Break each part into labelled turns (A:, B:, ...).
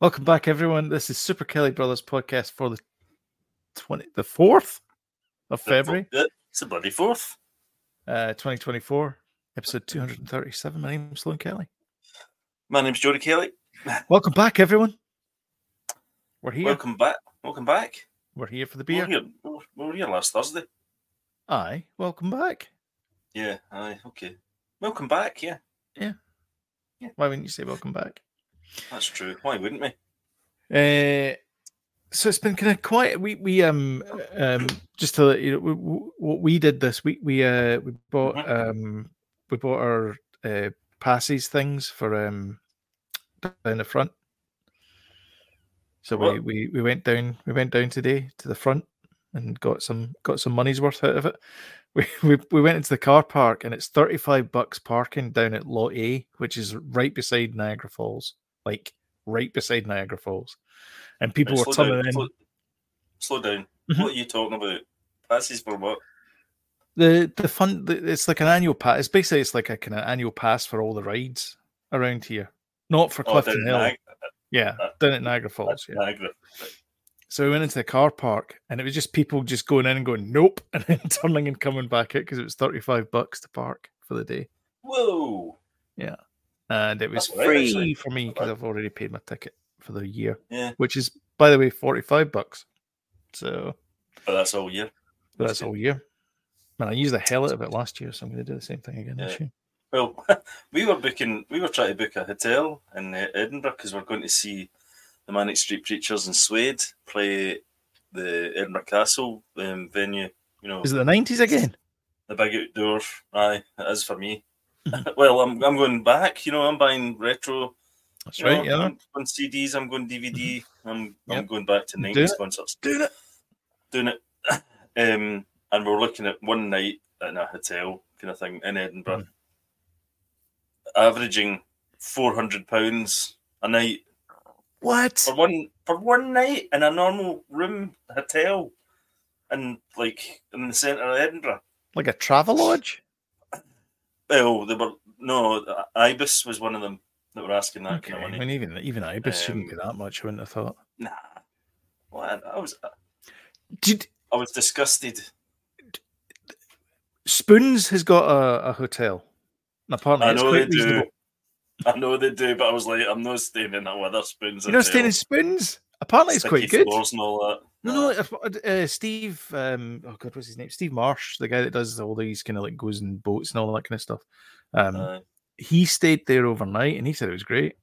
A: Welcome back, everyone. This is Super Kelly Brothers podcast for the twenty the fourth of February,
B: It's a bloody fourth.
A: uh, twenty twenty four, episode two hundred and thirty seven. My name's Sloan Kelly.
B: My name's Jody Kelly.
A: Welcome back, everyone. We're here.
B: Welcome back. Welcome back.
A: We're here for the
B: We
A: beer.
B: were, here, we were- we were here last Thursday.
A: Aye, welcome back.
B: Yeah. Aye. Okay. Welcome back. Yeah.
A: Why wouldn't you say welcome back?
B: That's true. Why wouldn't we?
A: Uh, so it's been kind of quiet. We we um um just to let you know we, we- what we did this week. We uh we bought um we bought our uh, passes things for um down the front. So we,
B: Right.
A: we we went down we went down today to the front and got some got some money's worth out of it. We we, we went into the car park and it's thirty five bucks parking down at Lot A, which is right beside Niagara Falls, like right beside Niagara Falls, and people
B: Right,
A: were
B: slow,
A: coming
B: down,
A: in.
B: slow, slow down.
A: Mhm.
B: What are you talking about? Passes for what?
A: the the fun the- it's like an annual pass it's basically it's like a kind of annual pass for all the rides around here not for
B: Oh,
A: clifton
B: down
A: hill
B: Niag-
A: yeah
B: uh,
A: down at niagara falls yeah
B: Niagara.
A: so we went into the car park and it was just people just going in and going nope and then turning and coming back out because it was 35 bucks to park for the day
B: Whoa.
A: and it was
B: That's all right,
A: free
B: actually.
A: for me because i've already paid my ticket for the year
B: Yeah.
A: which is by the way 45 bucks so
B: But that's all year. That's
A: that's
B: good.
A: all year man i used the hell out of it last year so i'm going to do the same thing again this
B: Yeah.
A: year
B: Well, we were booking, we were trying to book a hotel in uh, Edinburgh because we're going to see the Manic Street Preachers in Swede play the Edinburgh Castle um, venue. You know,
A: is it the 90s again
B: the big outdoor. Aye, it is for me.
A: Mm-hmm.
B: well, I'm, I'm going back. You know, I'm buying retro.
A: That's
B: you
A: right.
B: know,
A: Yeah. Mm-hmm.
B: I'm going CDs. I'm going DVD. I'm I'm
A: Yep.
B: going back to
A: Doing
B: nineties
A: it.
B: concerts. Doing it. Doing it. um, and we're looking at one night in a hotel kind of thing in Edinburgh,
A: Mm-hmm.
B: averaging four hundred pounds a night
A: What?
B: for one for one night in a normal room hotel, and like in the centre of Edinburgh.
A: Like a travel lodge?
B: Well, Oh, they were no Ibis was one of them that were asking that
A: Okay.
B: kind of
A: I
B: money.
A: mean, even even Ibis shouldn't be
B: Um,
A: that much. I wouldn't have thought.
B: Nah, well, I, I was
A: Did
B: I was disgusted.
A: Spoons has got a, a hotel, an apartment?
B: I
A: It's
B: know
A: quite
B: they do.
A: reasonable.
B: I know they do, but I was like, I'm not staying in that Witherspoons.
A: You're not staying in Spoons. Apparently, it's quite good.
B: Floors and all that.
A: No, no. if- uh, Uh, Steve. Um, oh God, what's his name? Steve Marsh, the guy that does all these kind of like goes in boats and all that kind of stuff. Um,
B: Aye.
A: he stayed there overnight, and he said it was great.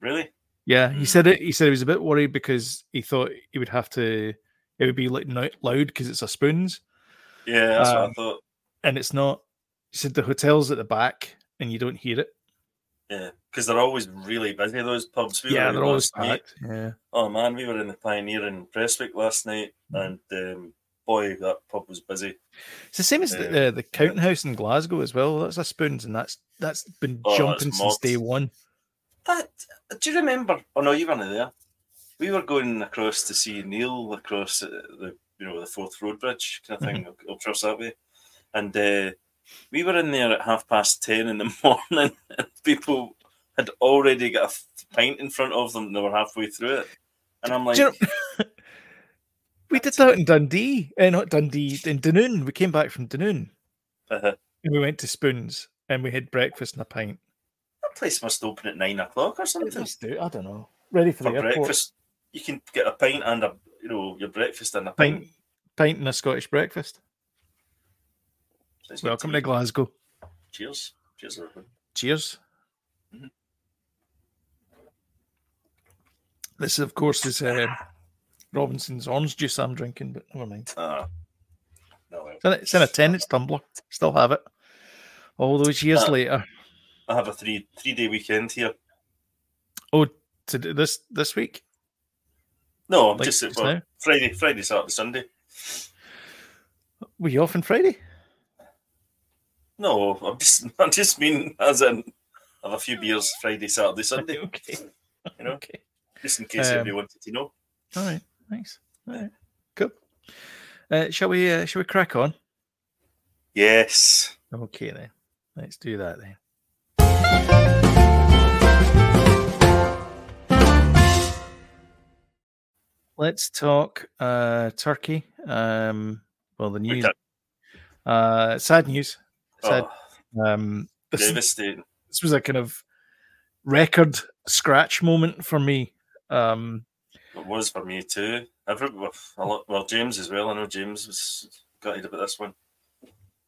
B: really?
A: Yeah, he
B: Mm.
A: said it. He said he was a bit worried because he thought he would have to. It would be like no- loud because it's a spoons,
B: Yeah, that's what I
A: Um,
B: thought.
A: and it's not. He said the hotel's at the back, and you don't hear it.
B: Yeah, because they're always really busy. Those pubs. We were
A: yeah,
B: in
A: they're always
B: last night.
A: packed. Yeah,
B: Oh man, we were in the Pioneer in Prestwick last night,
A: Mm.
B: and um, boy, that pub was busy.
A: it's the same as
B: Um,
A: the, uh, the Counting House in Glasgow as well. That's a spoons, and that's that's been
B: Oh, that's
A: jumping since
B: mocked.
A: day one.
B: That do you remember? Oh no, you weren't there. We were going across to see Neil across uh, the you know the Fourth Road Bridge kind of thing
A: Mm-hmm.
B: up across that way, and uh, we were in there at half past ten in the morning, and people had already got a f- pint in front of them, and they were halfway through it, and I'm like,
A: Do you know- we did that in Dundee, eh, not Dundee, in Dunoon. We came back from Dunoon,
B: uh-huh,
A: and we went to Spoons, and we had breakfast and a pint.
B: that place must open at nine o'clock or
A: It
B: something
A: must do. I don't know. Ready for,
B: for
A: the airport.
B: breakfast. You can get a pint and a you know your breakfast and a pint.
A: pint, pint and a Scottish breakfast.
B: Sounds good
A: Welcome
B: me.
A: to Glasgow.
B: Cheers, cheers, everyone.
A: Cheers. Mm-hmm.
B: Mhm.
A: This, of course, is uh, Robinson's orange juice I'm drinking, but never mind.
B: Ah, no, well.
A: It's in a, it's in a tenants tumbler. Still have it. All those years
B: Uh,
A: later.
B: I have a three three day weekend here.
A: Oh, to do this this week?
B: No, I'm
A: Like
B: just
A: just
B: well,
A: now?
B: Friday, Friday, Saturday, Sunday.
A: Were you off on Friday?
B: No, I'm just I just mean as in I have a few beers Friday, Saturday, Sunday,
A: okay.
B: you know,
A: Okay.
B: just in case
A: Um,
B: anybody wanted to know.
A: All right. Nice. All right. Cool. Uh, shall we? Uh, shall we crack on?
B: Yes.
A: Okay then. Let's do that then. Let's talk uh, Turkey. Um, well, the
B: We
A: news.
B: done.
A: Uh, sad news. Sad.
B: Oh,
A: Um, this,
B: devastating.
A: this was a kind of record scratch moment for me. Um,
B: It was for me too. Every, well, a lot, well, James as well. I know James was gutted about this one.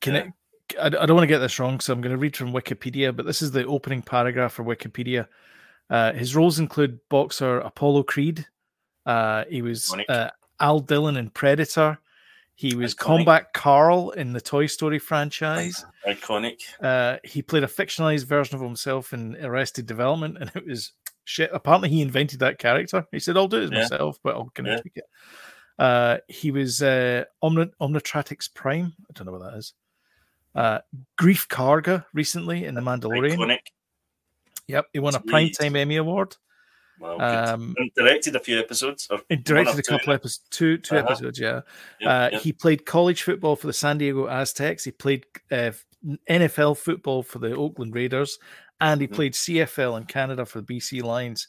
A: Can
B: Yeah.
A: it? I, I don't want to get this wrong, so I'm going to read from Wikipedia, but this is the opening paragraph for Wikipedia. Uh, his roles include boxer Apollo Creed. Uh, he was
B: Iconic.
A: uh, Al Dillon in Predator. He was
B: Iconic.
A: Combat Carl in the Toy Story franchise.
B: Iconic.
A: Uh, he played a fictionalized version of himself in Arrested Development, and it was shit. Apparently, he invented that character. He said, "I'll do it
B: Yeah.
A: myself, but I'll kind of
B: Yeah.
A: tweak it." Uh, he was uh, Omni- Omnitratrix Prime. I don't know what that is. Uh, Grief Karga recently in The Mandalorian.
B: Iconic.
A: Yep, he won a
B: Sweet.
A: Primetime Emmy Award.
B: Wow. good.
A: Um,
B: And directed a few episodes. Or
A: he directed a
B: two.
A: couple episodes, two two
B: Uh-huh.
A: episodes. Yeah,
B: Yep,
A: uh,
B: yep.
A: he played college football for the San Diego Aztecs. He played uh, NFL football for the Oakland Raiders, and he
B: Mhm.
A: played CFL in Canada for the BC Lions.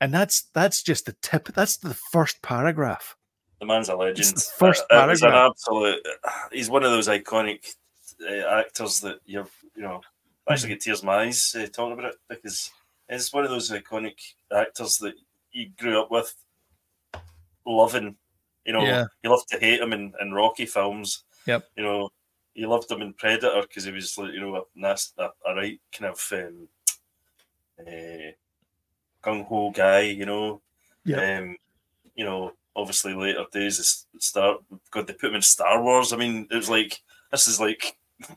A: And that's that's just the tip. That's the first paragraph.
B: The man's a legend.
A: the first
B: Uh, he's an
A: paragraph.
B: absolute. He's one of those iconic uh, actors that you have you know. I
A: Hmm.
B: actually get tears in my eyes uh, talking about it because it's one of those iconic actors that you grew up with, loving. You know,
A: Yeah.
B: you love to hate him in, in Rocky films.
A: Yep.
B: You know, you loved him in Predator because he was like you know a nasty, a, a right kind of um, uh, gung ho guy. You know, um, you know, obviously later days, is Star God, they put him in Star Wars. I mean, it was like this is like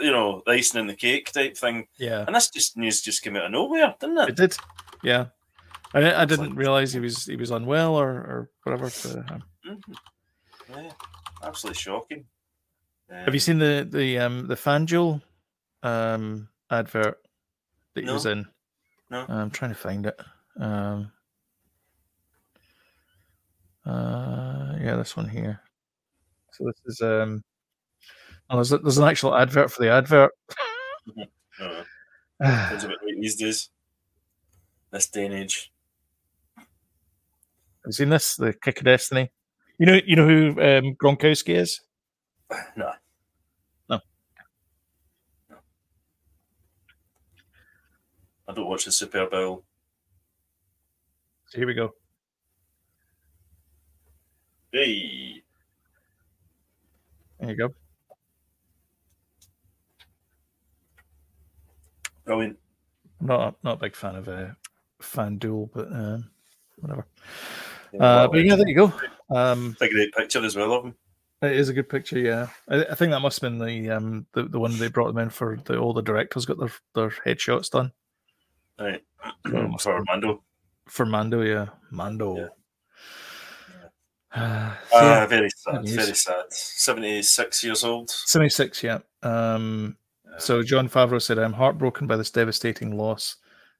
B: you know, the icing in the cake type thing.
A: Yeah,
B: And this just news just came out of nowhere, didn't it?
A: it did. Yeah, I, di- I
B: It's
A: didn't
B: like-
A: realize he was he was unwell or or whatever. but, um,
B: Mhm. Yeah, absolutely shocking. Um,
A: have you seen the the um the FanDuel um advert that he was
B: No.
A: in? Uh,
B: No.
A: I'm trying to find it. Um, uh, yeah, this one here. So this is um. Oh, there's, a- there's an actual advert for the advert.
B: No,
A: Uh,
B: it's about right these days. This day and age.
A: Have you seen this? The Kick of Destiny. You know, you know who um, Gronkowski is.
B: Nah.
A: No.
B: No. I don't watch the Super Bowl.
A: So here we go.
B: Hey.
A: There you go.
B: Brilliant.
A: I'm not not a big fan of uh, FanDuel, but um, whatever.
B: Yeah,
A: Uh,
B: well,
A: but yeah, there you go. Um,
B: It's a great picture as well of him.
A: It is a good picture, yeah. I, I think that must have been the um the, the one they brought them in for the all the directors got their, their headshots done
B: Right.
A: Well, must
B: For
A: be.
B: Armando.
A: for Mando, yeah. Mando.
B: Yeah.
A: Uh, so yeah,
B: Ah, very sad.
A: Yes.
B: Very sad. 76 years old.
A: 76, yeah. Um so John Favreau said, I'm heartbroken by this devastating loss.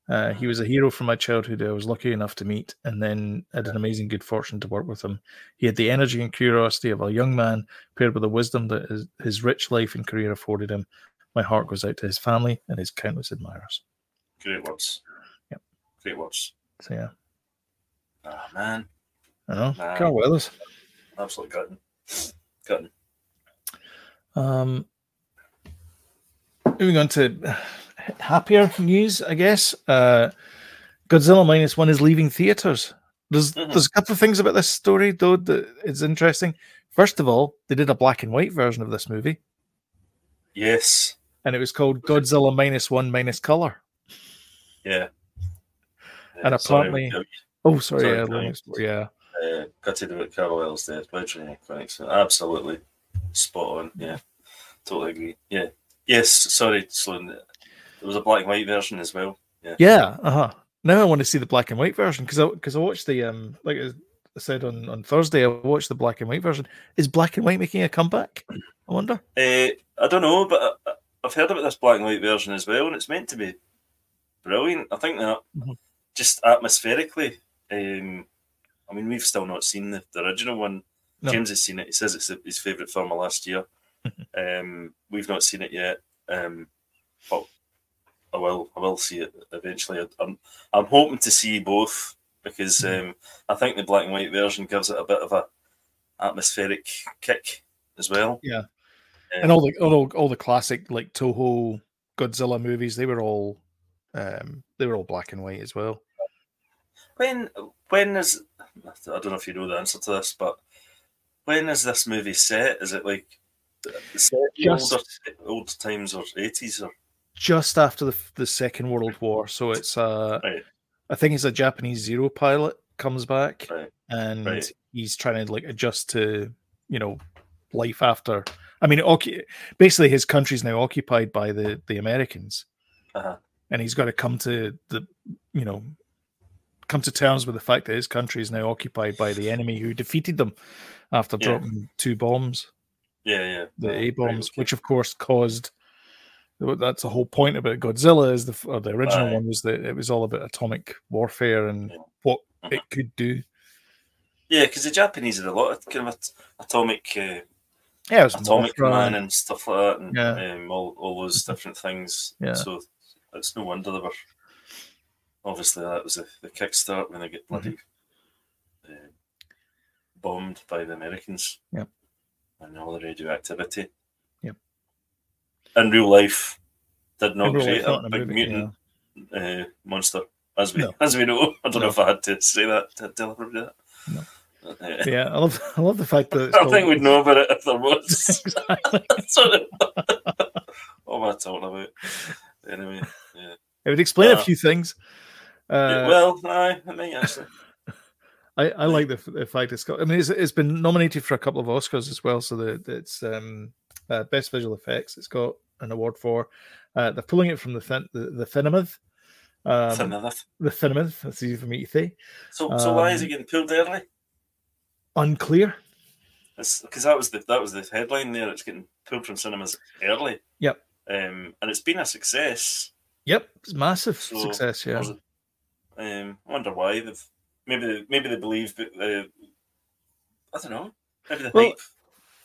A: Uh, he was a hero from my childhood who I was lucky enough to meet, and then had an amazing good fortune to work with him. He had the energy and curiosity of a young man, paired with the wisdom that his, his rich life and career afforded him. My heart goes out to his family and his countless admirers.
B: Great words.
A: Yep.
B: Great words.
A: So yeah,
B: Ah, man.
A: I know.
B: Nah.
A: Carl Weathers.
B: Absolute gutting. Gutting.
A: Um, moving on to happier news, I guess. Uh, Godzilla minus one is leaving theaters. There's
B: Mhm.
A: there's a couple of things about this story though that is interesting. First of all, they did a black and white version of this movie,
B: Yes.
A: and it was called Godzilla minus one minus color.
B: Yeah. Yeah,
A: And
B: sorry,
A: apparently-
B: I'm,
A: Oh, sorry,
B: Sorry,
A: yeah,
B: Carl.
A: Linux- yeah.
B: Uh, gutted about Carl Wells there. Literally iconic. So absolutely spot on. Yeah. Totally agree. Yeah. Yes. Sorry, Sloan. There was a black and white version as well.
A: Yeah, uh huh. Now I want to see the black and white version because I because I watched the um like I said on on Thursday I watched the black and white version. Is black and white making a comeback? I wonder.
B: Uh, I don't know, but I, I- I've heard about this black and white version as well, and it's meant to be brilliant. I think that
A: Mhm.
B: just atmospherically, um, I mean, we've still not seen the, the original one.
A: No.
B: James has seen it. He says it's his favourite film of last year. um, we've not seen it yet, um, but I will. I will see it eventually. I- I'm, I'm hoping to see both because um, I think the black and white version gives it a bit of a atmospheric kick as well.
A: Yeah. and all the all, all the classic like Toho Godzilla movies, they were all um, they were all black and white as well.
B: When when is I don't know if you know the answer to this, but when is this movie set? Is it like set in
A: Just-
B: older, old times or eighties or
A: Just after the, f- the Second World War, so it's uh,
B: Right.
A: I think it's a Japanese Zero pilot comes back
B: Right.
A: and
B: Right.
A: he's trying to like adjust to you know life after. I mean, occu- basically his country's now occupied by the the Americans,
B: Uh-huh.
A: and he's got to come to the you know come to terms with the fact that his country is now occupied by the enemy who defeated them after
B: Yeah.
A: dropping two bombs
B: yeah yeah
A: the
B: Right,
A: A bombs,
B: okay.
A: which of course caused. That's the whole point about Godzilla is the f- or the original
B: Right.
A: one was that it was all about atomic warfare and
B: Yeah.
A: what
B: Mhm.
A: it could do.
B: yeah because the Japanese had a lot of kind of at- atomic uh,
A: Yeah, it was
B: atomic
A: Mothra
B: man
A: and-
B: and stuff like that and
A: Yeah. Mm-hmm.
B: um, all all those different things.
A: Yeah.
B: So it's no wonder they were. Obviously, that was the, the kickstart when they get
A: Mm-hmm.
B: bloody uh, bombed by the Americans.
A: Yep.
B: And all the radioactivity.
A: Yep.
B: In real life, did not
A: in real life,
B: create
A: not in
B: a,
A: a
B: big
A: movie,
B: mutant uh, monster, as we
A: No.
B: as we know. I don't
A: No.
B: know if I had to say that to deliberately. that.
A: No.
B: Uh,
A: Yeah, yeah I love I love the fact that it's
B: I
A: called-
B: think we'd know about it if there was.
A: Exactly.
B: Sorry. what am I talking about? Anyway, yeah.
A: It would explain a
B: Uh,
A: few things.
B: Yeah,
A: Uh,
B: well, no, I mean, actually,
A: I, I like the, f- the fact it's got. I mean, it's, it's been nominated for a couple of Oscars as well. So the it's um, uh, best visual effects. It's got an award for. Uh, they're pulling it from the thin, the, the Thinamith.
B: that's
A: Um,
B: another.
A: the Thinamith. That's easy for me to say.
B: So, so why is it
A: um,
B: getting pulled early?
A: Unclear.
B: Because that was the that was the headline there. It's getting pulled from cinemas early.
A: Yep.
B: Um, and it's been a success.
A: Yep, it's massive
B: So,
A: success. Yeah,
B: was it? Um, I wonder why they've maybe they, maybe they believe that uh, I don't know. Maybe the
A: Well,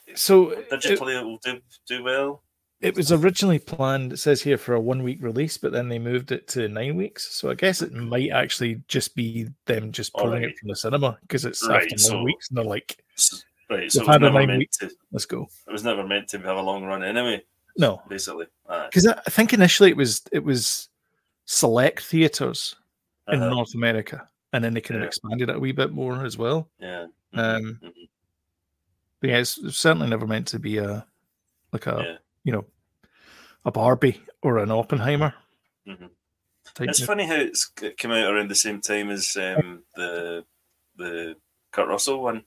B: hype
A: so it,
B: digitally it will do do well.
A: it was originally planned. It says here for a one-week release, but then they moved it to nine weeks. So I guess it might actually just be them just pulling
B: Alright.
A: it from the cinema because it's
B: Right,
A: after nine
B: so-
A: weeks, and they're like,
B: S- Right,
A: They've
B: so it was
A: had a
B: never
A: nine
B: meant
A: week-
B: to.
A: "Let's go."
B: It was never meant to have a long run anyway.
A: No,
B: Basically, Aye.
A: because I I think initially it was it was select theaters in
B: Uh-huh.
A: North America, and then they kind of
B: Yeah.
A: expanded it a wee bit more as well.
B: Yeah. Mhm.
A: Um,
B: Mhm.
A: but yeah, it's certainly never meant to be a like a
B: Yeah.
A: you know a Barbie or an Oppenheimer. Mm-hmm.
B: Mhm.
A: type
B: It's
A: of-
B: funny how it's c- it came out around the same time as um, the the Kurt Russell one,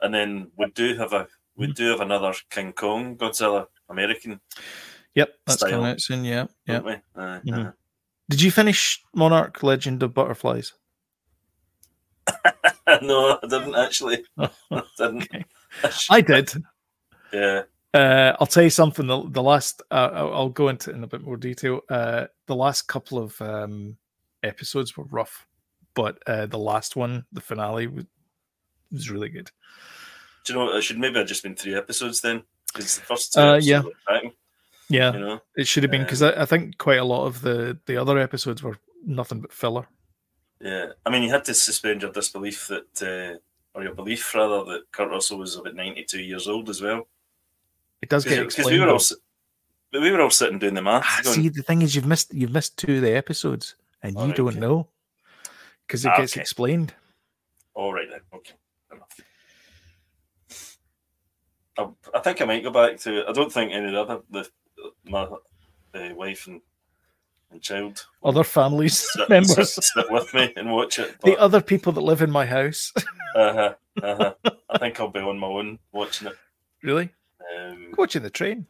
B: and then we do have a we
A: Hmm.
B: do have another King Kong Godzilla American,
A: Yep, that's
B: style.
A: coming out soon. Yeah, yeah.
B: don't we? Uh, Aye,
A: Mhm.
B: aye.
A: Did you finish Monarch: Legend of Butterflies?
B: uh, no, I didn't actually. I didn't.
A: Oh, Okay. I did.
B: Yeah.
A: Uh, I'll tell you something. The, the last, uh, I'll I'll go into it in a bit more detail. Uh, the last couple of um, episodes were rough, but uh, the last one, the finale, was, was really good.
B: Do you know? It should maybe have just been three episodes then, because the first two
A: Uh,
B: episodes
A: yeah.
B: were cracking,
A: Yeah,
B: you know.
A: it should have been because
B: Um,
A: I, I think quite a lot of the the other episodes were nothing but filler.
B: Yeah, I mean, you had to suspend your disbelief that, uh, or your belief rather, that Kurt Russell was about ninety-two years old as well.
A: It does get
B: Because we
A: explained.
B: were
A: though.
B: all, si- but we were all sitting doing the math.
A: Ah,
B: going,
A: see, the thing is, you've missed you've missed two of the episodes, and you
B: Alright,
A: don't
B: okay.
A: know because it
B: Ah,
A: gets
B: okay.
A: explained.
B: All right then, okay. fair enough." I, I think I might go back to. I don't think any of the other the my uh, wife and and child
A: Other families
B: sit, sit,
A: members,
B: sit with me and watch it.
A: the
B: But,
A: other people that live in my house.
B: uh-huh, uh-huh. I think I'll be on my own watching it.
A: really,
B: Um,
A: watching the train.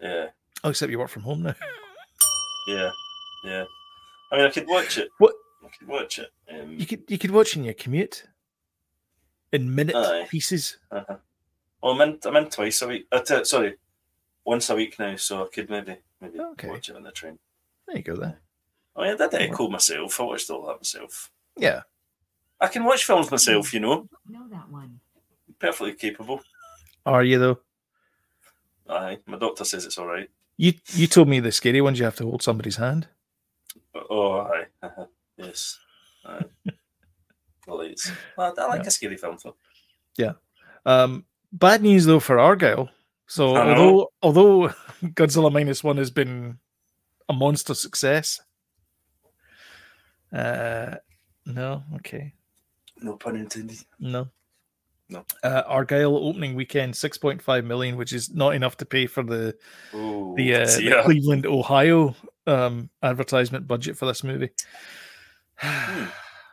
B: yeah,
A: Oh, except you work from home now.
B: yeah, yeah. I mean, I could watch it.
A: What-
B: I could watch it. Um,
A: You could you could watch in your commute in minute
B: Aye.
A: pieces.
B: Uh-huh. Well, I'm in, I'm in twice a week. Uh, t- sorry, once a week now, so I could maybe maybe
A: Okay.
B: watch it on the train. Oh,
A: There you go. Then,
B: I mean, I did echo myself. I watched all that myself.
A: yeah.
B: I can watch films myself, you know.
C: Know that one.
B: Perfectly capable.
A: Are you though?
B: Aye, my doctor says it's all right.
A: You you told me the scary ones you have to hold somebody's hand.
B: Oh, aye. Uh-huh. yes. Uh, the lights. Well, I like
A: Yeah.
B: a scary film though.
A: Um, bad news though for Argyle. So
B: I
A: although although Godzilla minus one has been a monster success, uh, no, okay,
B: No pun intended.
A: no,
B: No.
A: Uh, Argyle opening weekend six point five million, which is not enough to pay for the
B: Oh,
A: the, uh, the
B: yeah.
A: Cleveland Ohio um, advertisement budget for this movie.
B: Hmm.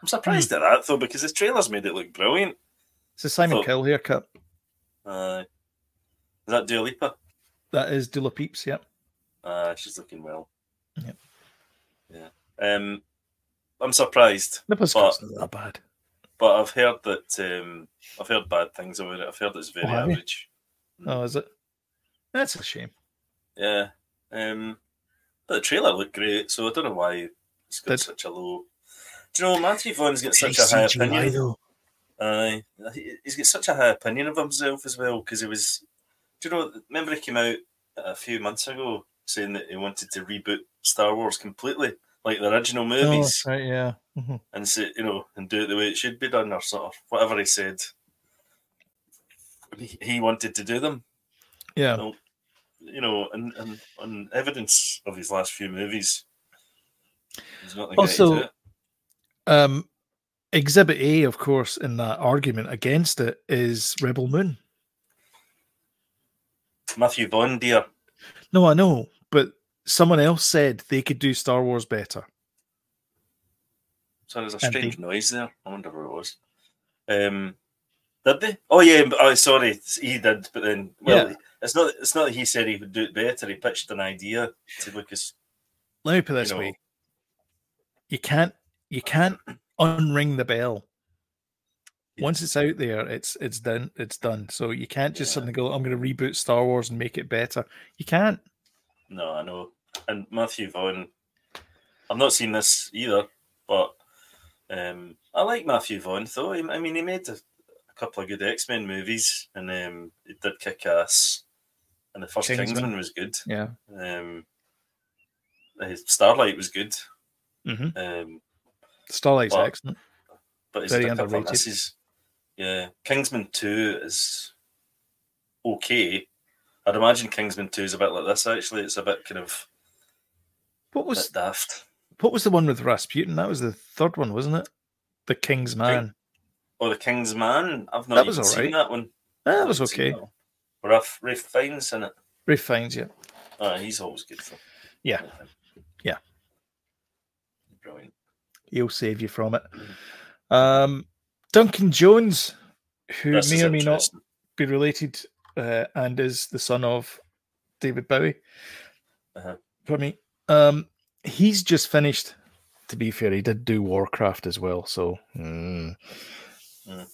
B: I'm surprised at that though because the trailers made it look brilliant.
A: It's a Simon
B: So-
A: Cowell haircut.
B: Uh, is that Dua Lipa?
A: That is Dula Peeps. Yep.
B: Uh, she's looking well.
A: Yep.
B: Yeah. Um, I'm surprised,
A: Nipples
B: But-
A: not that bad.
B: but I've heard that um, I've heard bad things about it. I've heard it's very
A: Oh, have you?
B: average.
A: Oh, is it? That's a shame.
B: Yeah. Um, but the trailer looked great, so I don't know why it's got
A: Did-
B: such a low. Do you know Matthew Vaughn's got such a high opinion?
A: though.
B: Aye, He- he's got such a high opinion of himself as well because he was. Do you know? Remember he came out a few months ago saying that he wanted to reboot Star Wars completely, like the original
A: Oh,
B: movies,
A: that's right, yeah. Mhm.
B: and say, you know, and do it the way it should be done, or sort of whatever he said. He he wanted to do them,
A: Yeah.
B: No. you know, and, and on evidence of his last few movies. There's nothing getting to
A: Also-
B: it.
A: Um, exhibit A, of course, in that argument against it is Rebel Moon.
B: Matthew Vaughn, dear.
A: No, I know, but someone else said they could do Star Wars better.
B: So there's a
A: Empty.
B: strange noise there. I wonder what it was. Um, did they? Oh yeah. but- Oh, sorry, he did. But then, well,
A: Yeah.
B: it's not. It's not that he said he would do it better. He pitched an idea to Lucas.
A: Let me put it this
B: know.
A: way: you can't, you can't unring the bell.
B: Yeah.
A: Once it's out there, it's it's done. It's done. So you can't just
B: Yeah.
A: suddenly go, "I'm going to reboot Star Wars and make it better." You can't.
B: No, I know. And Matthew Vaughn. I've not seen this either, but um, I like Matthew Vaughn though. I I mean, he made a, a couple of good X Men movies, and um, he did kick ass. And the first
A: Kingsman.
B: Kingsman was good.
A: Yeah.
B: Um, uh, Starlight was good.
A: hmm
B: Um,
A: Starlight's
B: Well,
A: excellent.
B: but it's
A: Very
B: a couple of
A: underrated.
B: misses. Yeah, Kingsman Two is okay. I'd imagine Kingsman Two is a bit like this. Actually, it's a bit kind of
A: What
B: a
A: was
B: bit daft.
A: What was the one with Rasputin? That was the third one, wasn't it? The King's Man.
B: Or The King's Man. I've not
A: That was
B: even seen
A: alright.
B: that one.
A: Ah, That was
B: I've seen
A: okay.
B: that one. Ralph Rafe Fiennes in it.
A: Ray finds you.
B: Ah, he's always good. For
A: Yeah. Yeah.
B: Brilliant.
A: He'll save you from it. Um, Duncan Jones, who
B: This is
A: may or may not
B: interesting.
A: be related uh, and is the son of David Bowie.
B: Uh-huh.
A: Pardon me. Um, he's just finished. To be fair, he did do Warcraft as well, so mm.
B: Mm.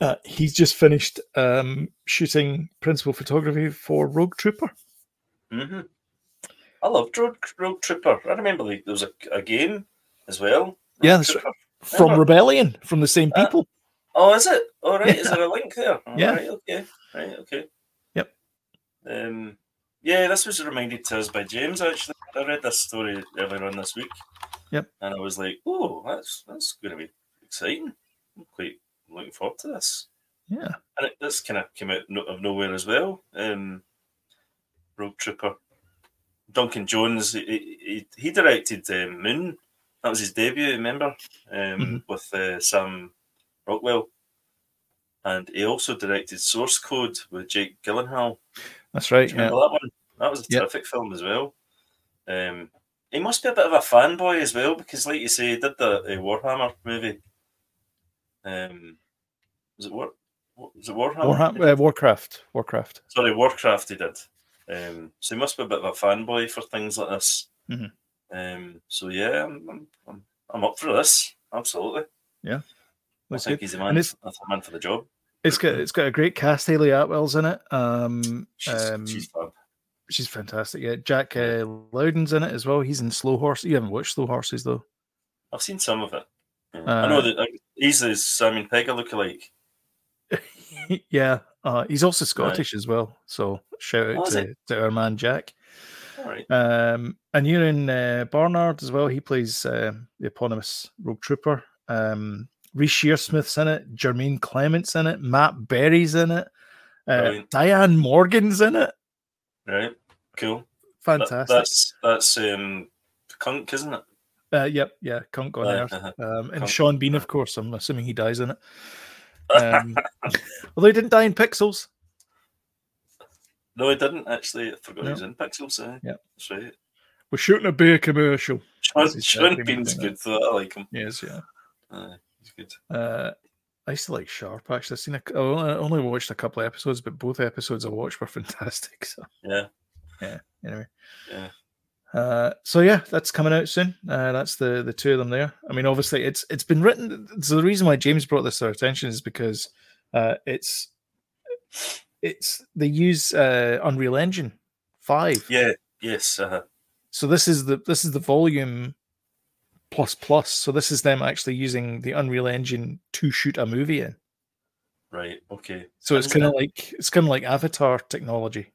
A: uh, he's just finished um, shooting principal photography for Rogue Trooper.
B: hmm I loved Road, Road Trooper. I remember the, there was a, a game as well. Road
A: Yeah, that's
B: Trooper.
A: from
B: Never.
A: Rebellion, from the same
B: Oh. Ah.
A: people.
B: Oh, is it? All right. Is there a link there? All
A: Yeah.
B: right, okay. Right. Okay.
A: Yep.
B: Um. Yeah, this was reminded to us by James. Actually, I read this story earlier on this week.
A: Yep.
B: And I was like, "Oh, that's that's going to be exciting. I'm quite looking forward to this."
A: Yeah.
B: And it, this kind of came out no, of nowhere as well. Um, Rogue Trooper, Duncan Jones. He, he, he directed um, Moon. That was his debut. Remember, um,
A: Mm-hmm.
B: with uh, Sam Rockwell, and he also directed Source Code with Jake Gyllenhaal.
A: That's
B: Do
A: right.
B: you
A: Yeah.
B: remember that one? That was a
A: Yep.
B: terrific film as well. Um, he must be a bit of a fanboy as well because, like you say, he did the uh, Warhammer movie. Um, was it War? what- Was it Warhammer?
A: Warha- uh, Warcraft. Warcraft.
B: Sorry, Warcraft he did. Um, so he must be a bit of a fanboy for things like this.
A: Mhm.
B: Um, so yeah, I'm, I'm- I'm, I'm up for this. Absolutely. I
A: Looks
B: think
A: good.
B: he's a
A: And
B: man,
A: it's-
B: that's a man for the job.
A: It's got it's got a great cast. Haley Atwell's in it. Um,
B: She's,
A: um,
B: she's
A: she's,
B: fab.
A: fantastic. Yeah, Jack uh, Loudon's in it as well. He's in Slow Horse. You haven't watched Slow Horses though.
B: I've seen some of it. Yeah. I know
A: Uh,
B: that uh, he's the Simon Pegg lookalike.
A: yeah, uh, he's also Scottish as well. So shout out
B: Oh, is
A: to, to our man Jack.
B: All right.
A: Um, and you're in uh, Barnard as well. He plays uh, the eponymous Rogue Trooper. um, Reece Shearsmith's in it, Jermaine Clement's in it, Matt Berry's in it, uh,
B: Brilliant.
A: Diane Morgan's in it.
B: Right. Cool. That-
A: Fantastic.
B: that's that's um Kunk, isn't it?
A: Uh, yep, yeah, Conk on Earth.
B: Uh,
A: Um, and
B: Conk.
A: Sean Bean, of course. I'm assuming he dies in it. Um, although he didn't die in Pixels.
B: no, I didn't actually. I forgot
A: No.
B: he was in Pixels. Eh?
A: Yeah.
B: That's right.
A: We're shooting a beer commercial. That's
B: Sean,
A: his
B: Sean
A: character,
B: Bean's
A: isn't
B: good though. I like him.
A: Yes, yeah.
B: Aye, he's good.
A: Uh, I used to like Sharp. Actually, I've seen. A, I only- I only watched a couple of episodes, but both episodes I watched were fantastic. So
B: Yeah.
A: anyway,
B: Yeah.
A: Uh, so yeah, that's coming out soon. Uh, that's the the two of them there. I mean, obviously, it's it's been written. So the reason why James brought this to our attention is because uh, it's it's they use uh, Unreal Engine five.
B: Yeah. Yes. Uh,
A: So this is the this is the volume plus plus. So this is them actually using the Unreal Engine to shoot a movie in.
B: right. Okay.
A: So it's
B: Isn't
A: kind of like it's kind of like Avatar technology.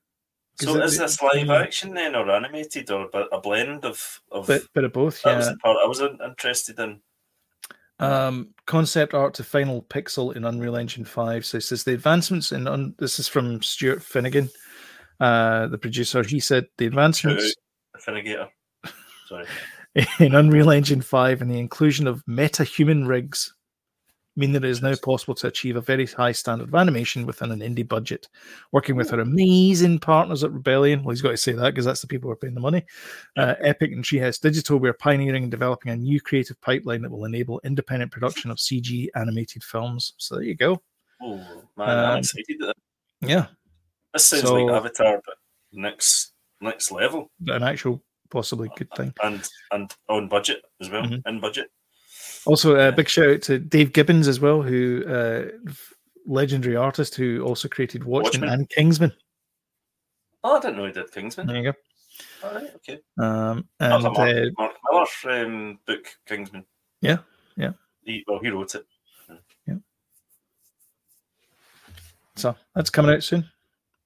A: 'Cause
B: So
A: it-
B: is this live action then, or animated, or a a blend of of?
A: Bit bit of both.
B: that
A: yeah.
B: was the part I was in- interested in.
A: um, concept art to final pixel in Unreal Engine 5. So it says the advancements in un- this is from Stuart Finnegan, uh, the producer. He said the advancements
B: Finnegator. Sorry.
A: in Unreal Engine 5 and the inclusion of meta human rigs mean that it is now possible to achieve a very high standard of animation within an indie budget. Working with our amazing partners at Rebellion, well, he's got to say that because that's the people who are paying the money, uh, Epic and GS Digital, we are pioneering and developing a new creative pipeline that will enable independent production of CG animated films. So there you go.
B: Oh man, I'm
A: Um,
B: excited.
A: Yeah,
B: This sounds
A: so-
B: like Avatar, but next next level
A: an actual possibly good thing.
B: and and on budget as well.
A: Mhm.
B: In budget.
A: Also, a
B: Yeah.
A: big shout out to Dave Gibbons as well, who uh, f- legendary artist who also created Watchmen,
B: Watchmen.
A: and Kingsman.
B: Oh, I didn't know he did Kingsman.
A: There you
B: All right, okay.
A: go. Um,
B: That was
A: Mm-hmm. and
B: a Mark,
A: uh,
B: Mark Miller um, book, Kingsman.
A: Yeah, yeah.
B: He, well, he wrote it.
A: so that's coming out soon,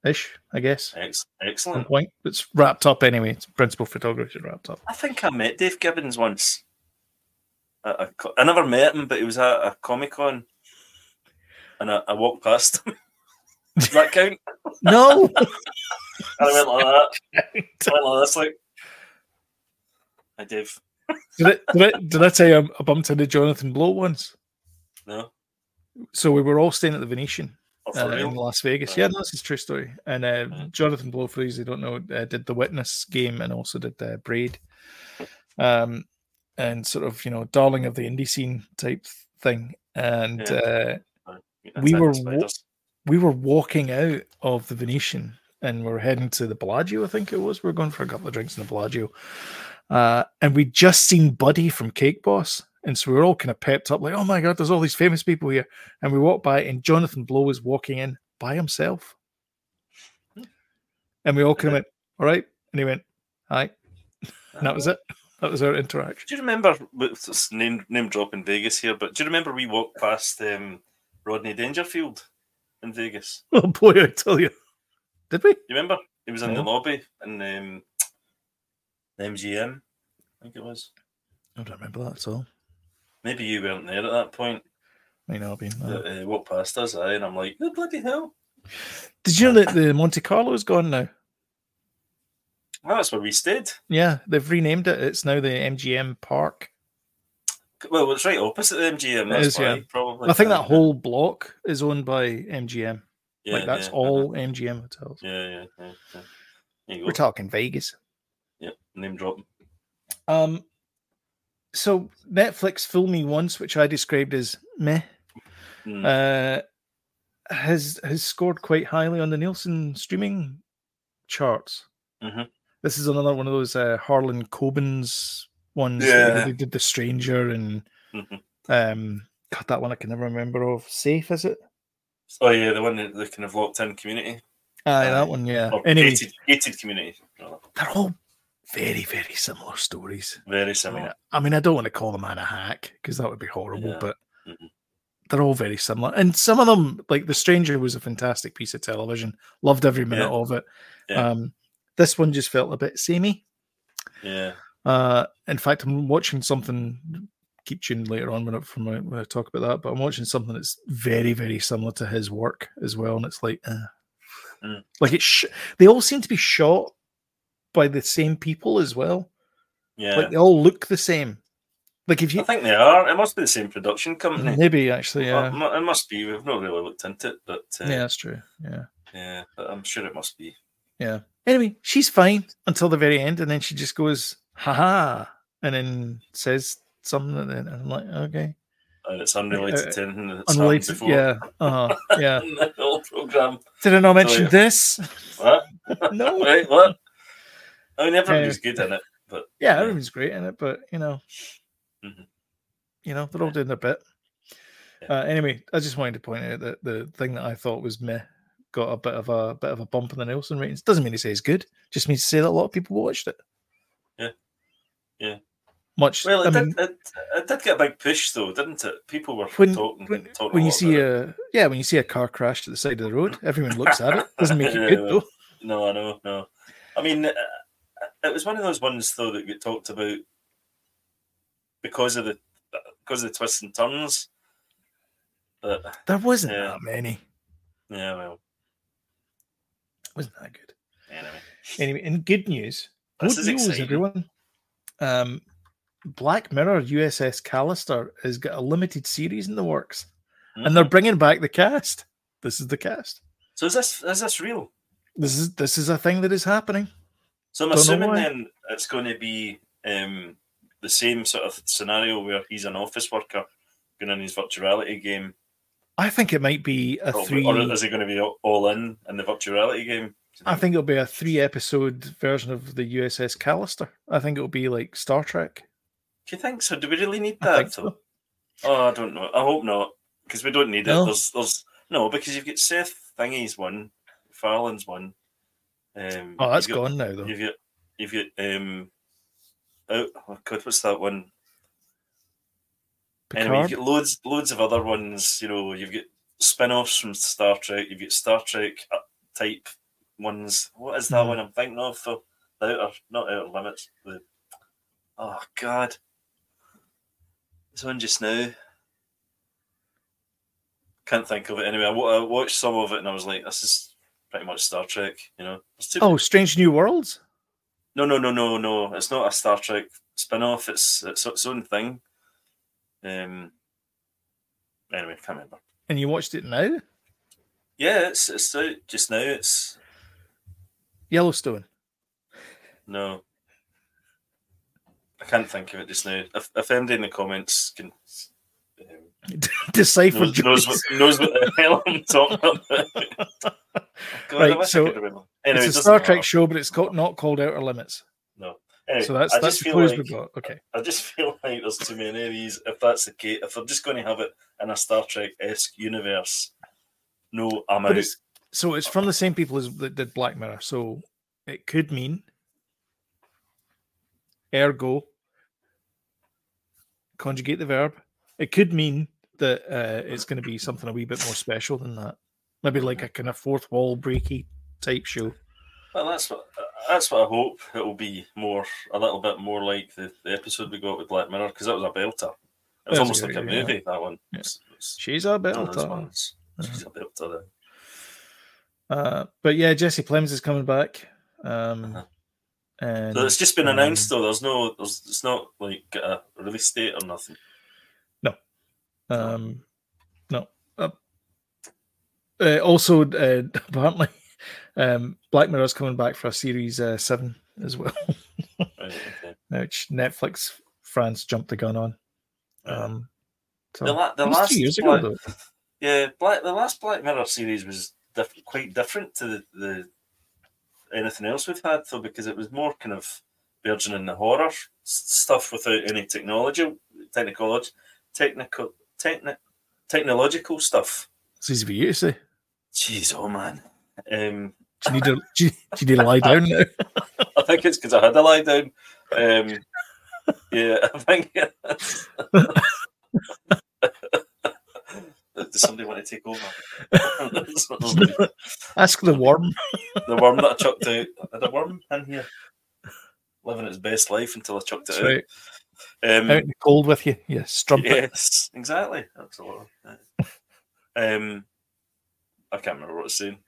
A: ish, I guess.
B: Ex-
A: At some
B: excellent.
A: point, it's wrapped up anyway. It's principal photography wrapped up.
B: I think I met Dave Gibbons once. At a co- I never met him, but he was at a Comic Con, and I, I walked past him. Does that count?
A: No,
B: And I went like that. I went like this, like. Hi, Dave.
A: did, I, did, I, did I tell you I bumped into Jonathan Blow once?
B: No,
A: So we were all staying at the Venetian,
B: Oh, for
A: uh,
B: real.
A: in Las Vegas. Yeah, no, this is a true story. And uh,
B: Right.
A: Jonathan Blow, for those who don't know, uh, did the Witness game and also did uh, Braid, um, and sort of you know darling of the indie scene type thing. And
B: Yeah.
A: uh,
B: That's
A: we
B: it,
A: were
B: spiders.
A: wa- we were walking out of the Venetian and we were heading to the Bellagio, I think it was. We were going for a couple of drinks in the Bellagio, uh, and we'd just seen Buddy from Cake Boss. And so we were all kind of pepped up, like, oh my God, there's all these famous people here. And we walked by, and Jonathan Blow was walking in by himself. Hmm. And we all kind of went, all right. And he went, hi. And that was it. That was our interaction.
B: Do you remember with this name name drop in Vegas here? But do you remember we walked past um, Rodney Dangerfield in Vegas?
A: Oh boy, I tell you. Did we?
B: Do you remember he was in the
A: No.
B: lobby in um, the MGM? I think it was.
A: I don't remember that at all.
B: Maybe you weren't there at that point.
A: May not have been. uh,
B: But, uh, he walked past us, aye, and I'm like, oh, bloody hell!
A: Did you know that the Monte Carlo is gone now?
B: Well, that's where we stayed.
A: Yeah, they've renamed it. It's now the MGM Park.
B: Well, it's right opposite the MGM. That's
A: is,
B: why,
A: yeah.
B: probably.
A: I think
B: yeah.
A: that whole block is owned by MGM.
B: Yeah,
A: like that's
B: yeah,
A: all
B: uh-huh.
A: MGM hotels.
B: Yeah, yeah, yeah. yeah. There you
A: We're
B: go.
A: talking Vegas.
B: Name drop.
A: Um, so Netflix "Fool Me Once," which I described as meh,
B: Mm.
A: uh, has has scored quite highly on the Nielsen streaming charts.
B: Mhm.
A: This is another one of those uh, Harlan Coben's ones. that, you know,
B: Yeah.
A: they did The Stranger and
B: Mhm.
A: um, God, that one I can never remember of. Safe is it?
B: Oh yeah, the one that the kind of locked in community.
A: Aye,
B: Aye. Oh,
A: that one, yeah.
B: Or
A: anyway,
B: gated, gated community. Oh, rather.
A: they're all very, very similar stories.
B: Very
A: I mean,
B: similar.
A: I mean, I don't want to call the man a hack because that would be horrible,
B: Yeah.
A: but
B: Mhm.
A: they're all very similar. And some of them, like The Stranger, was a fantastic piece of television. Loved every minute
B: Yeah.
A: of it.
B: Yeah.
A: Um, this one just felt a bit samey.
B: Yeah.
A: Uh, in fact, I'm watching something keep tuned later on when I, from when I- when I talk about that. But I'm watching something that's very, very similar to his work as well, and it's like, eh.
B: Mm.
A: like it's sh- they all seem to be shot by the same people as well.
B: Yeah,
A: Like they all look the same. Like if
B: I
A: you
B: think they are. It must be the same production company.
A: maybe actually,
B: Well,
A: yeah,
B: it mu- it must be. We've not really looked into it, but uh,
A: yeah, that's true, yeah.
B: yeah, but I'm sure it must be.
A: Anyway, she's fine until the very end, and then she just goes, haha, and then says something, and then I'm like, okay,
B: And Uh, it's unrelated to anything that's happened
A: unrelated,
B: before
A: yeah, uh-huh, yeah.
B: in the whole program.
A: Did I not mention
B: Oh, yeah.
A: this?
B: What?
A: no,
B: Right? What? I mean, everybody's good in it.
A: yeah,
B: Yeah.
A: everyone's great in it, but you know,
B: Mhm.
A: you know, they're all doing their bit.
B: Yeah.
A: Uh, anyway, I just wanted to point out that the thing that I thought was meh got a bit of a bit of a bump in the Nielsen ratings. Doesn't mean to say it's good. Just means to say that a lot of people watched it.
B: Yeah. Yeah.
A: Much.
B: Well, it,
A: I
B: did,
A: mean,
B: it, it did get a big push, though, didn't it? People were
A: When-
B: talking.
A: when,
B: talking
A: when
B: a
A: you
B: lot
A: see
B: about it.
A: a yeah, when you see a car crash at the side of the road, everyone looks at it. Doesn't make it
B: Yeah,
A: good
B: well,
A: though.
B: No, I know, no. I mean, uh, it was one of those ones though that we talked about because of the because of the twists and turns. But
A: There wasn't
B: yeah.
A: that many.
B: yeah, well,
A: Wasn't that good?
B: anyway,
A: Anyway, and good news.
B: This
A: Good
B: is
A: news,
B: exciting.
A: everyone. Um, Black Mirror USS Callister has got a limited series in the works, and
B: Hmm.
A: they're bringing back the cast. This is the cast.
B: so is this is this real?
A: This is this is a thing that is happening.
B: So I'm
A: Don't know
B: assuming
A: why.
B: then it's going to be um, the same sort of scenario where he's an office worker going in his virtuality game,
A: I think it might be a
B: or,
A: three.
B: Oh, or is he going to be all- all in in the virtuality game? Do you
A: I think it'll be a three episode version of the USS Callister. I think it'll be like Star Trek.
B: Do you think so? Do we really need
A: I
B: that?
A: think
B: though?
A: so.
B: Oh, I don't know. I hope not, because we don't need
A: No?
B: it. There's, there's no because you've got Seth Thingy's one, Farland's one. Um,
A: Oh, that's
B: you've got,
A: gone now though.
B: You've got, you've got, um, oh, oh God, what's that one? Anyway,
A: Picard.
B: you've got loads, loads of other ones. You know, you've got spin-offs from Star Trek. You've got Star Trek uh, type ones. What is that
A: Mhm.
B: one I'm thinking of? though? The outer, not outer limits. The oh God, it's on just now. Can't think of it anyway. I, wa- I watched some of it and I was like, this is pretty much Star Trek. You know, It's too-
A: Oh, Strange New Worlds.
B: no, no, no, no, no. It's not a Star Trek spin-off. It's it's its own thing. Um. Anyway, can't remember.
A: And you watched it now?
B: Yeah, it's it's out just now. It's
A: Yellowstone.
B: no. I can't think of it just now. If, if anybody in the comments can um,
A: Decipher.
B: knows, knows, what,
A: Joyce.
B: knows what the hell I'm talking about. God, I
A: Right,
B: wish
A: so
B: I could remember. Anyway, it
A: it's a
B: doesn't
A: Star
B: matter.
A: Trek show, but it's called not called Outer Limits.
B: No. Anyway,
A: So that's
B: I
A: that's
B: just
A: the
B: feel
A: clues
B: like-
A: we've got. Okay.
B: I just feel like there's too many of these. If that's the case, if they're just going to have it in a Star Trek esque universe, no, I'm
A: But
B: out.
A: it's so it's from the same people as that did Black Mirror. So it could mean ergo conjugate the verb. It could mean that uh, it's going to be something a wee bit more special than that. Maybe like a kind of fourth wall breaky type show.
B: Well, that's what that's what I hope it will be more a little bit more like the, the episode we got with Black Mirror because that was a belter. It
A: That's
B: was almost like
A: good,
B: a
A: yeah.
B: movie. That one.
A: Yeah.
B: It's- it's
A: She's a
B: one of those
A: belter. Uh-huh.
B: ones. Oh, She's a belter. Then.
A: Uh, but yeah, Jesse Plemons is coming back. Um,
B: Uh-huh.
A: and
B: So it's just been
A: um,
B: announced though. There's no. There's, it's not like got a release date or nothing.
A: Um, no. Uh, uh, also, uh, apparently, um, Black Mirror's coming back for a series uh, seven as well,
B: Right, okay.
A: which Netflix France jumped the gun on. Um, so
B: The, la- the
A: It was
B: last
A: two years ago,
B: Black-
A: though.
B: Yeah, Black the last Black Mirror series was diff- quite different to the, the anything else we've had though, because it was more kind of verging in the horror s- stuff without any technology, technology, technical, techni- technological stuff.
A: It's easy for you to say. Do
B: Jeez, oh man. Um,
A: you need to? Do you, do you need to lie down now?
B: I think it's because I had a lie down. Um, yeah, I think. Does somebody want to take over? the
A: Ask the worm.
B: worm that I chucked out. I had a worm in here, living its best life until I chucked it
A: That's
B: out.
A: right.
B: Um,
A: out in the cold with you. Yeah, strumpet.
B: yes, exactly. That's a lot. Of, um, I can't remember what it's saying.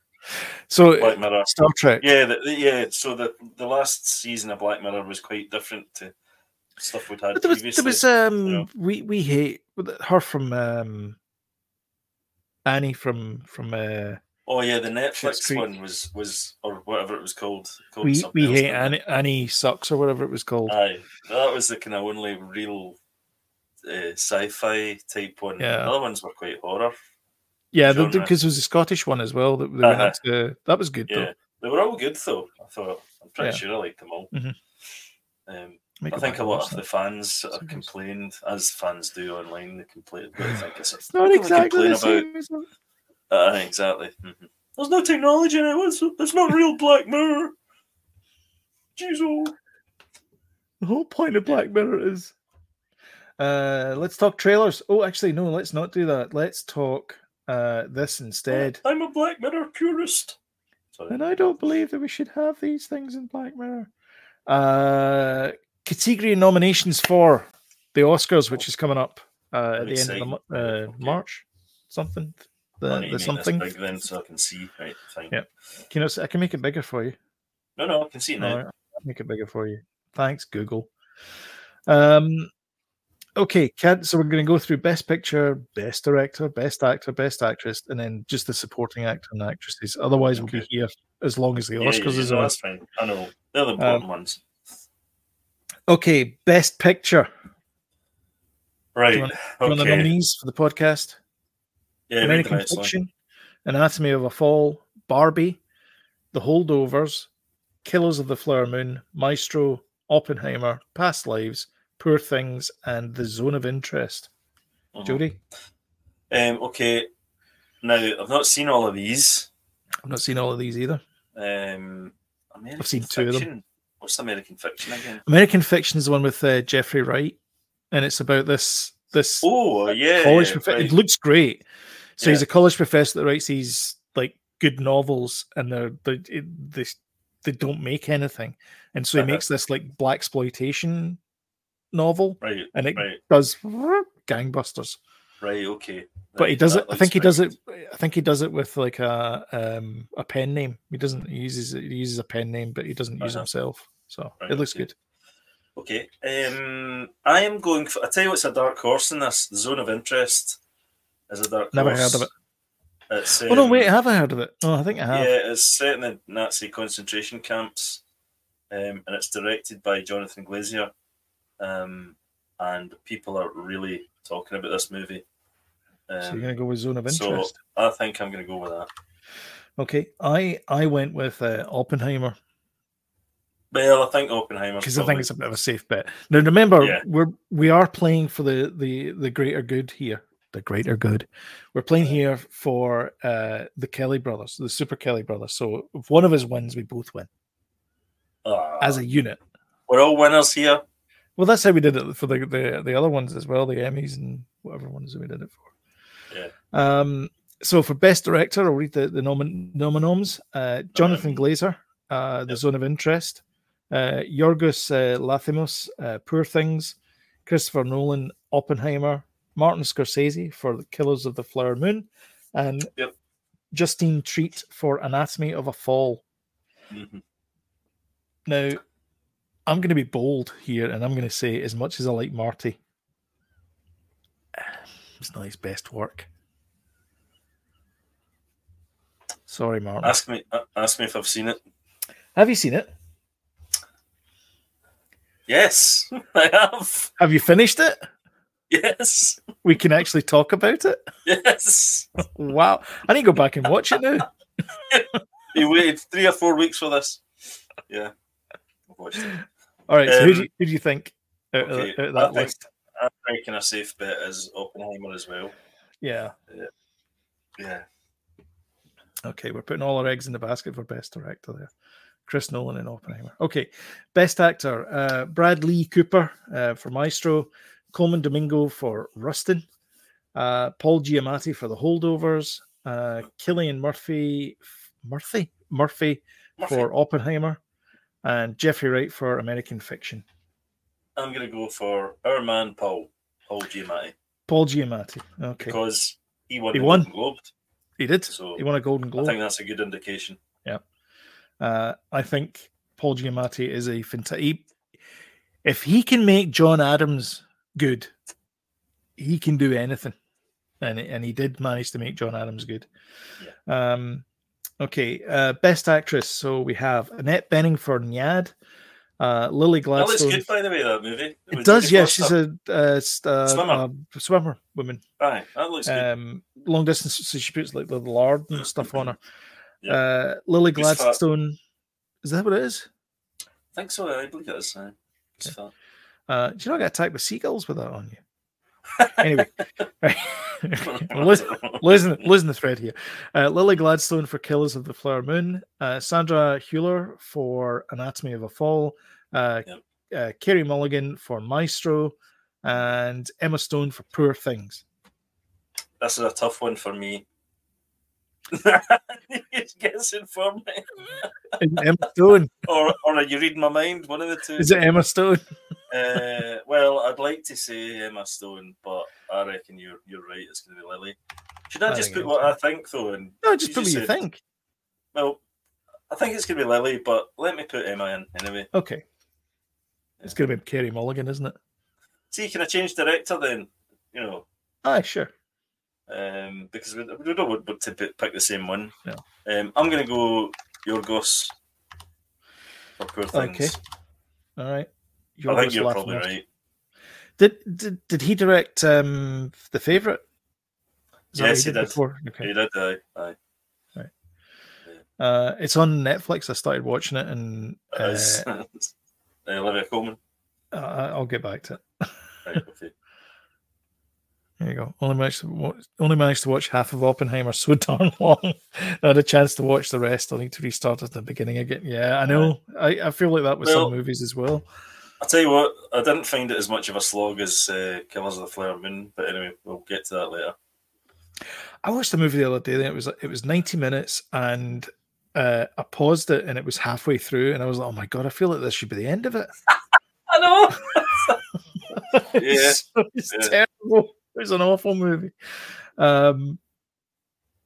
A: So
B: Black Mirror.
A: Star Trek.
B: Yeah, the, the- yeah. So the the last season of Black Mirror was quite different to stuff we'd had
A: But there was,
B: previously.
A: there was um,
B: know.
A: we we hate with her from um, Annie from from uh,
B: oh yeah, the
A: Schitt's
B: Netflix
A: Creek.
B: one was was or whatever it was called. called
A: we
B: Oh, something
A: we
B: else,
A: hate
B: didn't
A: Annie,
B: it? Uh,
A: Annie sucks or whatever it was called.
B: Aye, that was the kind of only real uh, sci-fi type one.
A: Yeah.
B: The other ones were quite horror.
A: yeah, because
B: genre.
A: there was a Scottish one as well. That, they went
B: uh? Uh-huh.
A: into- that was good
B: Yeah,
A: though.
B: they were all good though. I thought. I'm pretty
A: Yeah.
B: sure I liked them all.
A: Mhm.
B: Um,
A: Make
B: I
A: it
B: think
A: back
B: a
A: and
B: lot
A: watch
B: of the
A: that.
B: fans uh,
A: Sometimes.
B: complained, as fans do online, they complained. But I think it's,
A: It's not
B: what do they
A: exactly
B: complain
A: the
B: about?
A: same. is it?
B: Uh, exactly. Mhm. There's no technology in it. What's, there's not real Black Mirror. Jeez, oh.
A: The whole point of Black Mirror is. Uh, let's talk trailers. Oh, actually, no, let's not do that. Let's talk uh,
B: Oh,
A: this instead.
B: I'm a Black Mirror purist. Sorry.
A: And I don't believe that we should have these things in Black Mirror. Uh, category nominations for the Oscars, which is coming up uh, at
B: I'm
A: the end of the,
B: excited.
A: mo- uh,
B: Okay.
A: March, something,
B: I
A: the, the
B: need to make this
A: something.
B: Big then, so I can see. Right, fine.
A: Yeah. Can you, I can make it bigger for you.
B: No, no, I can see now.
A: All right, I'll make it bigger for you. Thanks, Google. Um, okay, can so we're going to go through Best Picture, Best Director, Best Actor, Best Actress, and then just the supporting actor and actresses. Otherwise, we'll
B: Okay.
A: be here as long as the
B: Yeah,
A: Oscars
B: yeah,
A: is
B: no,
A: on.
B: that's fine. I know. They're
A: Uh,
B: the important ones.
A: Okay, Best Picture.
B: Right.
A: you wanna- One of the
B: okay.
A: nominees for the podcast:
B: Yeah, read the
A: American
B: next one.
A: Fiction, Anatomy of a Fall, Barbie, The Holdovers, Killers of the Flower Moon, Maestro, Oppenheimer, Past Lives, Poor Things, and The Zone of Interest.
B: Mhm.
A: Jodie,
B: Um, okay. Now, I've not seen all of these.
A: I've not seen all of these either.
B: Um, American
A: seen two of them.
B: Fiction. What's American Fiction again?
A: American Fiction is the one with uh, Jeffrey Wright, and it's about this this
B: Oh, yeah.
A: college prof-
B: right.
A: It looks great. So he's
B: Yeah.
A: a college professor that writes these like good novels, and they're they it- they, s- they don't make anything, and so he
B: Uh-huh.
A: makes this like black exploitation novel,
B: Right,
A: and it
B: right,
A: does gangbusters.
B: right. Okay.
A: But he
B: Right,
A: does
B: that
A: it. I
B: looks
A: think he does
B: right.
A: it. I think he does it with like a um a pen name. He doesn't. He uses he uses a pen name, but he doesn't use
B: Uh-huh.
A: himself. So
B: Right,
A: it looks
B: okay.
A: good.
B: Okay. Um, I am going. For, I tell you, what's a dark horse in this. The zone of interest is a dark.
A: Never
B: horse.
A: heard of it.
B: It's,
A: oh no,
B: um,
A: wait, have I heard of it? Oh, I think I have.
B: Yeah, it's set in the Nazi concentration camps, um, and it's directed by Jonathan Glazier. Um, and people are really talking about this movie.
A: so you're
B: Um,
A: gonna go with Zone of
B: so-
A: Interest.
B: I think I'm going to go with that.
A: Okay, I I went with uh, Oppenheimer
B: Well, I think Oppenheimer.
A: because I think it's a bit of a safe bet. Now remember,
B: Yeah.
A: we're we are playing for the the the greater good here. The greater good. We're playing here for uh the Kelly brothers, the Super Kelly brothers. So if one of us wins, we both win as a unit.
B: Ah, we're all winners here.
A: Well, that's how we did it for the the, the other ones as well, the Emmys and whatever ones that we did it for.
B: Yeah.
A: Um. So for best director, I'll read the the nomin- nominoms. Uh, Jonathan
B: Um,
A: Glazer, uh, The
B: yep.
A: Zone of Interest. Uh, Yorgos uh, Lathimos, uh, Poor Things. Christopher Nolan, Oppenheimer. Martin Scorsese for The Killers of the Flower Moon, and
B: Yep.
A: Justine Treat for Anatomy of a Fall.
B: Mhm.
A: Now, I'm going to be bold here, and I'm going to say, as much as I like Marty, it's not his best work. Sorry, Martin.
B: Ask me. uh, Ask me if I've seen it.
A: Have you seen it?
B: Yes, I have.
A: Have you finished it?
B: Yes,
A: We can actually talk about it.
B: yes.
A: Wow, I need to go back and watch it now.
B: He waited three or four weeks for this. Yeah, I've watched it.
A: All right, so who, do
B: Um,
A: you, who do you think out, of-
B: okay,
A: out of
B: I
A: that
B: think-
A: list?
B: I reckon a safe bet is Oppenheimer as well.
A: Yeah.
B: Yeah,
A: Okay, we're putting all our eggs in the basket for best director there. Chris Nolan and Oppenheimer. Okay, best actor: uh, Brad Lee Cooper uh, for Maestro, Coleman Domingo for Rustin, uh, Paul Giamatti for The Holdovers, uh, Killian Murphy, Murphy, Murphy
B: Murphy.
A: for Oppenheimer, and Jeffrey Wright for American Fiction.
B: I'm going to go for our man Paul, Paul Giamatti,
A: Paul Giamatti. Okay,
B: because he won
A: He
B: the
A: won.
B: Golden Globe.
A: he did.
B: So
A: He won a Golden
B: I
A: Globe.
B: think that's a good indication.
A: Uh, I think Paul Giamatti is a fantastic. If he can make John Adams good, he can do anything, and and he did manage to make John Adams good. Um, okay, uh, best actress. So we have Annette Benning for Nyad, uh, Lily
B: That looks
A: Gladstone.
B: good, by the way, that movie.
A: It
B: was-
A: does,
B: was
A: yeah.
B: watched
A: She's
B: that.
A: a uh, s- uh,
B: Swimmer.
A: uh, swimmer woman
B: Aye, that looks good.
A: um, long distance, so she puts like the lard and stuff on her.
B: Yeah.
A: Uh, Lily
B: Who's that?
A: Gladstone, is that what it is?
B: I think so. eh? I believe it is. Aye. It's fun.
A: Uh, do you not get attacked by seagulls with that on you? Anyway, right. I'm los- losing, losing the thread here. Uh, Lily Gladstone for Killers of the Flower Moon, uh, Sandra Hewler for Anatomy of a Fall, uh,
B: Yep.
A: uh, Kerry Mulligan for Maestro, and Emma Stone for Poor Things.
B: This is a tough one for me. You're guessing for me,
A: Is it Emma Stone?
B: or or are you reading my mind? One of the two.
A: Is it Emma Stone?
B: Uh, well, I'd like to say Emma Stone, but I reckon you're you're right. It's going to be Lily. Should I,
A: I
B: just
A: think it
B: put
A: is,
B: what
A: yeah.
B: I think though? And
A: No, just
B: You
A: put what
B: just
A: you
B: said-
A: think.
B: well, I think it's going to be Lily, but let me put Emma in anyway.
A: Okay. It's going to be Kerry Mulligan, isn't it?
B: See, can I change director then? You know,
A: Aye, sure.
B: um, because we, we don't want to p- pick the same one.
A: No.
B: Um, I'm going to go Yorgos for poor things.
A: Okay. All right.
B: I
A: Yorgos
B: think you're probably
A: Lanthimos.
B: right.
A: Did, did did he direct um the favorite?
B: Yes, he did.
A: Before? Okay.
B: You did, aye, aye.
A: Uh, it's on Netflix. I started watching it, and
B: It
A: uh,
B: is. Uh, Olivia Coleman.
A: I- I- I'll get back to it.
B: Right, okay.
A: There you go. Only managed to watch, only managed to watch half of Oppenheimer so darn long. I had a chance to watch the rest. I need to restart at the beginning again. Yeah, I know. I, I feel like that with
B: Well-
A: some movies as well.
B: I'll tell you what, I didn't find it as much of a slog as uh, Killers of the Flower Moon, but anyway, we'll get to that later.
A: I watched a movie the other day. And it was it was ninety minutes, and uh, I paused it, and it was halfway through, and I was like, "Oh my god, I feel like this should be the end of it."
B: I know. Yeah.
A: it's, so- it's terrible. It was an awful movie. Um,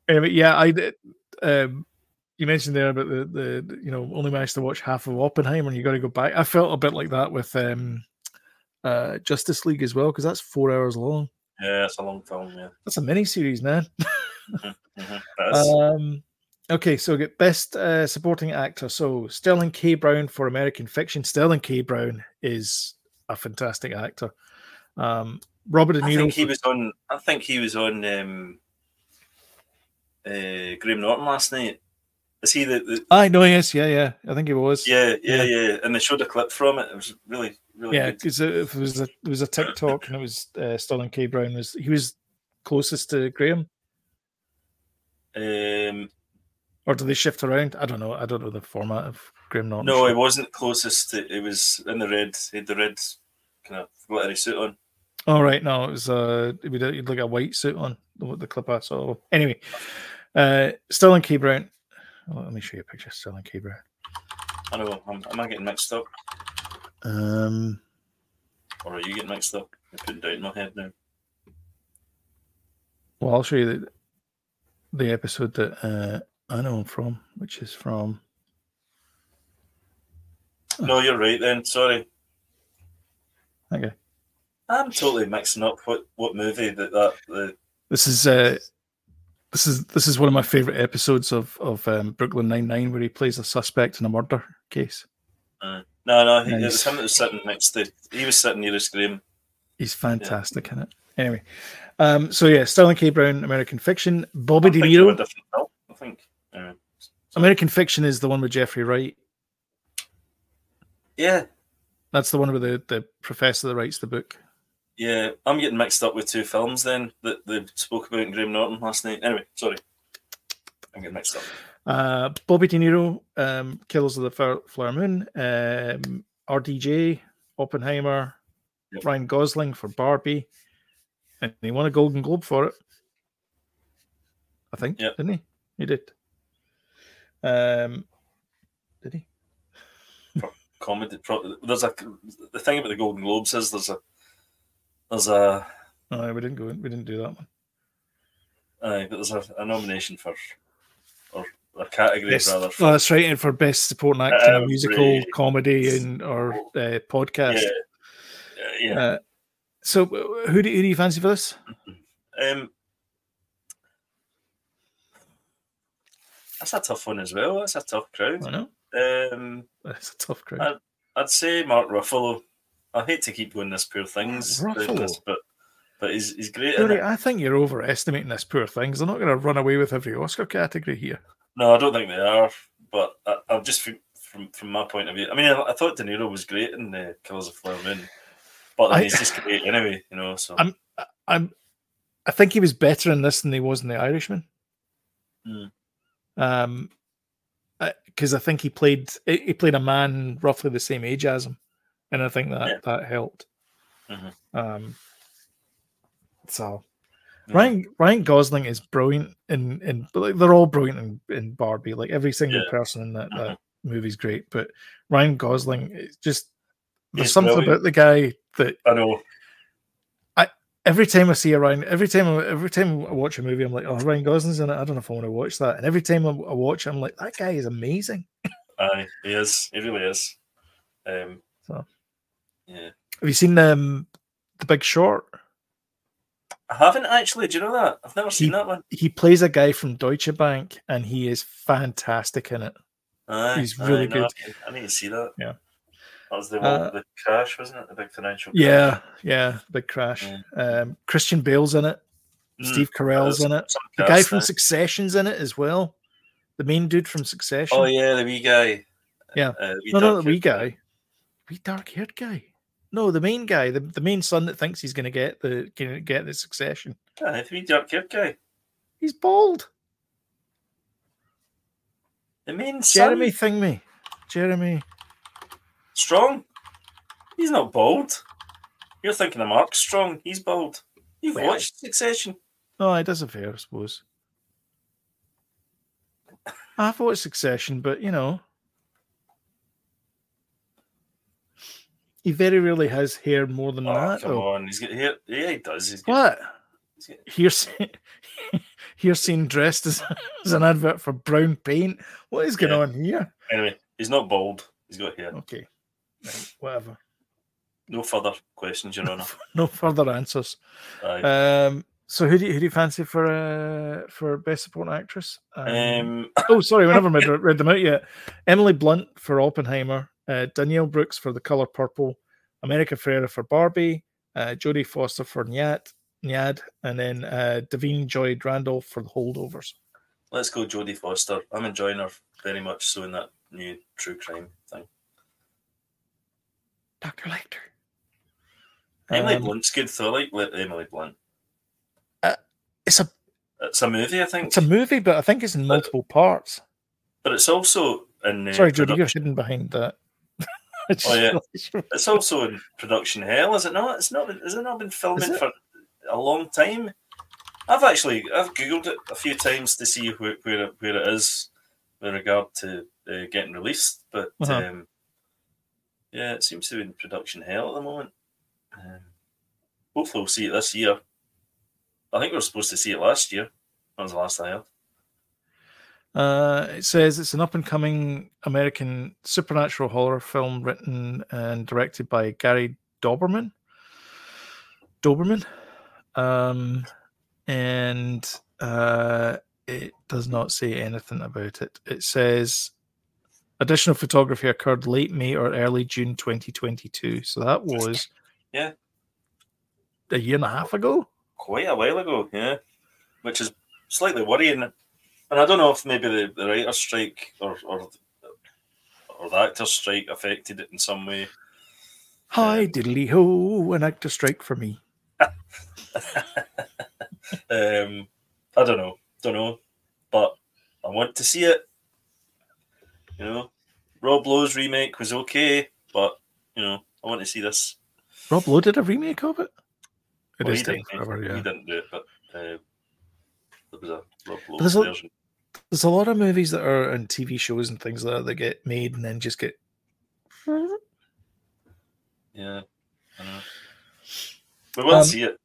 A: anyway, yeah, I did. Um, you mentioned there about the, the the, you know only managed to watch half of Oppenheimer, and you got to go back. I felt a bit like that with um, uh, Justice League as well, because that's four hours long.
B: Yeah, it's a long film, yeah.
A: That's a mini series, man.
B: Mhm. That is-
A: Um, okay, so get best uh, supporting actor. So Sterling K. Brown for American Fiction. Sterling K. Brown is a fantastic actor. Um, Robert De
B: I
A: Niro.
B: think he was on. I think he was on um, uh, Graham Norton last night. Is he the, the
A: I know, yes, yeah, yeah. I think he was.
B: yeah, yeah,
A: Yeah.
B: yeah? And they showed a clip from it. It was really, really
A: yeah.
B: good.
A: Because it was a it was a TikTok, and it was uh, Sterling K. Brown was he was closest to Graham,
B: Um,
A: or do they shift around? I don't know. I don't know the format of Graham Norton. show.
B: no, it wasn't closest. To, it was in the red. He had the red kind of glittery suit on.
A: All right, no, it was uh, he had he'd like a white suit on the, what the clip I saw. Anyway, uh, Sterling K. Brown. Oh, Let me show you a picture of Sterling K. Brown.
B: I know. I'm, am I getting mixed up,
A: Um,
B: or are you getting mixed up? You're putting down my head now.
A: well, I'll show you the, the episode that uh, I know him from, which is from.
B: No, you're right then. Sorry.
A: Okay.
B: I'm totally mixing up what, what movie that that the
A: This is uh, this is this is one of my favorite episodes of of um, Brooklyn Nine Nine, where he plays a suspect in a murder case.
B: No, no, he, it
A: Nice.
B: was him that was sitting next to. He was sitting near his screen.
A: He's fantastic in it. Anyway, um, so yeah, Sterling K. Brown, American Fiction, Bobby
B: I
A: De
B: think they were
A: Niro.
B: different film, I think. Uh, Yeah.
A: American Fiction is the one with Jeffrey Wright.
B: yeah,
A: That's the one with the, the professor that writes the book.
B: yeah. I'm getting mixed up with two films then that they spoke about in Graham Norton last night. Anyway, sorry. I'm getting mixed up.
A: Uh, Bobby De Niro, um, Killers of the Flower, Flower Moon, um, RDJ, Oppenheimer,
B: Yep.
A: Ryan Gosling for Barbie, and he won a Golden Globe for it. I think,
B: Yep.
A: didn't he? He did. Um, did he?
B: comedy. Pro- there's a the thing about the Golden Globes is there's a there's a
A: No, we didn't go. In, we didn't do that one.
B: uh, but there's a, a nomination for or a category
A: Best-
B: rather.
A: oh,
B: For,
A: that's right. And for best supporting actor, in a musical,
B: Every-
A: comedy, and or uh, podcast.
B: yeah, yeah.
A: Uh, so, wh- who do, who do you fancy for this?
B: Um, that's a tough one as well. That's a tough crowd.
A: I know
B: Um,
A: it's a tough crowd.
B: Uh, I'd say Mark Ruffalo. I hate to keep going this poor things,
A: Mark
B: down this,
A: Ruffalo?
B: but but he's he's great. in
A: Yuri,
B: it.
A: I think you're overestimating this poor thing. 'cause They're not going to run away with every Oscar category here.
B: No, I don't think they are. But I, I'm just from, from from my point of view. I mean, I, I thought De Niro was great in uh, Killers of Flower Moon, but then
A: I-
B: he's just great anyway, you know. So
A: I'm- I'm, I think he was better in this than he was in The Irishman.
B: Hmm.
A: Um, because I think he played he he played a man roughly the same age as him, and I think that
B: Yeah.
A: that helped.
B: Mhm.
A: Um, so
B: yeah.
A: Ryan Ryan Gosling is brilliant in in but, like, they're all brilliant in, in Barbie. Like every single
B: Yeah.
A: person in that,
B: Mhm.
A: that movie's great, but Ryan Gosling is just there's
B: He's
A: something
B: brilliant.
A: about the guy that
B: I know.
A: every time I see a Ryan, every time I- every time I watch a movie, I'm like, oh, Ryan Gosling's in it. I don't know if I want to watch that. And every time I, I watch, it, I'm like, that guy is amazing.
B: Aye, he is. He really is. Um,
A: So.
B: yeah,
A: Have you seen um, the Big Short?
B: I haven't actually. Do you know that? I've never seen that one.
A: He plays a guy from Deutsche Bank, and he is fantastic in it.
B: Aye,
A: He's really
B: aye, no,
A: good.
B: I need- I need to see that.
A: Yeah.
B: That was the, one,
A: Uh,
B: the crash, wasn't it? The big financial crash.
A: Yeah, yeah, Big Crash.
B: Mm.
A: Um, Christian Bale's in it.
B: Mm,
A: Steve Carell's
B: there's
A: in it.
B: some
A: The guy
B: cast
A: from
B: now.
A: Succession's in it as well. The main dude from Succession.
B: Oh yeah, the wee guy.
A: Yeah.
B: Uh, wee
A: no, no, the
B: dark-
A: wee guy. Wee dark haired guy. No, the main guy, the, the main son that thinks he's gonna get the gonna get the succession.
B: Yeah, the wee dark haired guy.
A: He's bald.
B: The main
A: Jeremy
B: Jeremy
A: thing me. Jeremy.
B: Strong. He's not bald. You're thinking of Mark Strong. He's bald. You've
A: Well.
B: watched Succession.
A: Oh, it doesn't fair, I suppose. I've watched Succession, but you know. He very rarely has hair more than
B: Oh,
A: that
B: come
A: though.
B: on. He's got hair. Yeah, he does. He's
A: What?
B: got, he's got-
A: Here's here's seen dressed as, as an advert for brown paint. What is going
B: Yeah.
A: on here?
B: Anyway, he's not bald. He's got hair.
A: Okay. Right, whatever.
B: No further questions, Your Honour.
A: No further answers.
B: Aye.
A: Um, so who do you, who do you fancy for uh, for best supporting actress?
B: um,
A: oh, sorry, we never read, read them out yet. Emily Blunt for Oppenheimer, uh, Danielle Brooks for The Color Purple, America Ferrera for Barbie, uh, Jodie Foster for Nyad, Nyad, and then uh, Devine Joy Randolph for The Holdovers.
B: let's go, Jodie Foster. I'm enjoying her very much. So in that new true crime thing,
A: Doctor Lecter.
B: Emily
A: Um, Uh,
B: Blunt's good. So I like Le- Emily Blunt.
A: It's a
B: It's a movie, I think.
A: it's a movie, but I think it's in multiple parts.
B: But it's also in uh,
A: Sorry, Jodie,
B: produ-
A: you're hidden behind that. I just
B: Oh, yeah.
A: realised you-
B: It's also in production hell, is it not? It's not. Has it not been
A: Is
B: filming
A: it?
B: for a long time? I've actually I've googled it a few times to see where where it, where it is with regard to uh, getting released, but
A: Uh-huh.
B: um, yeah, it seems to be in production hell at the moment. Um, hopefully, we'll see it this year. I think we were supposed to see it last year. That was the last I heard.
A: Uh, it says it's an up and coming American supernatural horror film written and directed by Gary Doberman. Doberman. Um, and uh, it does not say anything about it. It says additional photography occurred late May or early June 2022. So that was
B: Yeah.
A: a year and a half ago.
B: quite a while ago, yeah, which is slightly worrying. And I don't know if maybe the, the writer's strike or, or or the actor's strike affected it in some way.
A: Hi, diddly ho, an actor strike for me.
B: Um, I don't know, don't know, but I want to see it. You know, Rob Lowe's remake was okay, but you know, I want to see this.
A: Rob Lowe did a remake of it. It
B: Well,
A: is
B: he,
A: taking
B: didn't,
A: forever,
B: he
A: yeah.
B: didn't do it, but uh, there was a Rob Lowe
A: there's a-
B: version.
A: There's a lot of movies that are and TV shows and things like that that get made and then just get
B: Yeah. I know. We won't
A: Um,
B: see it.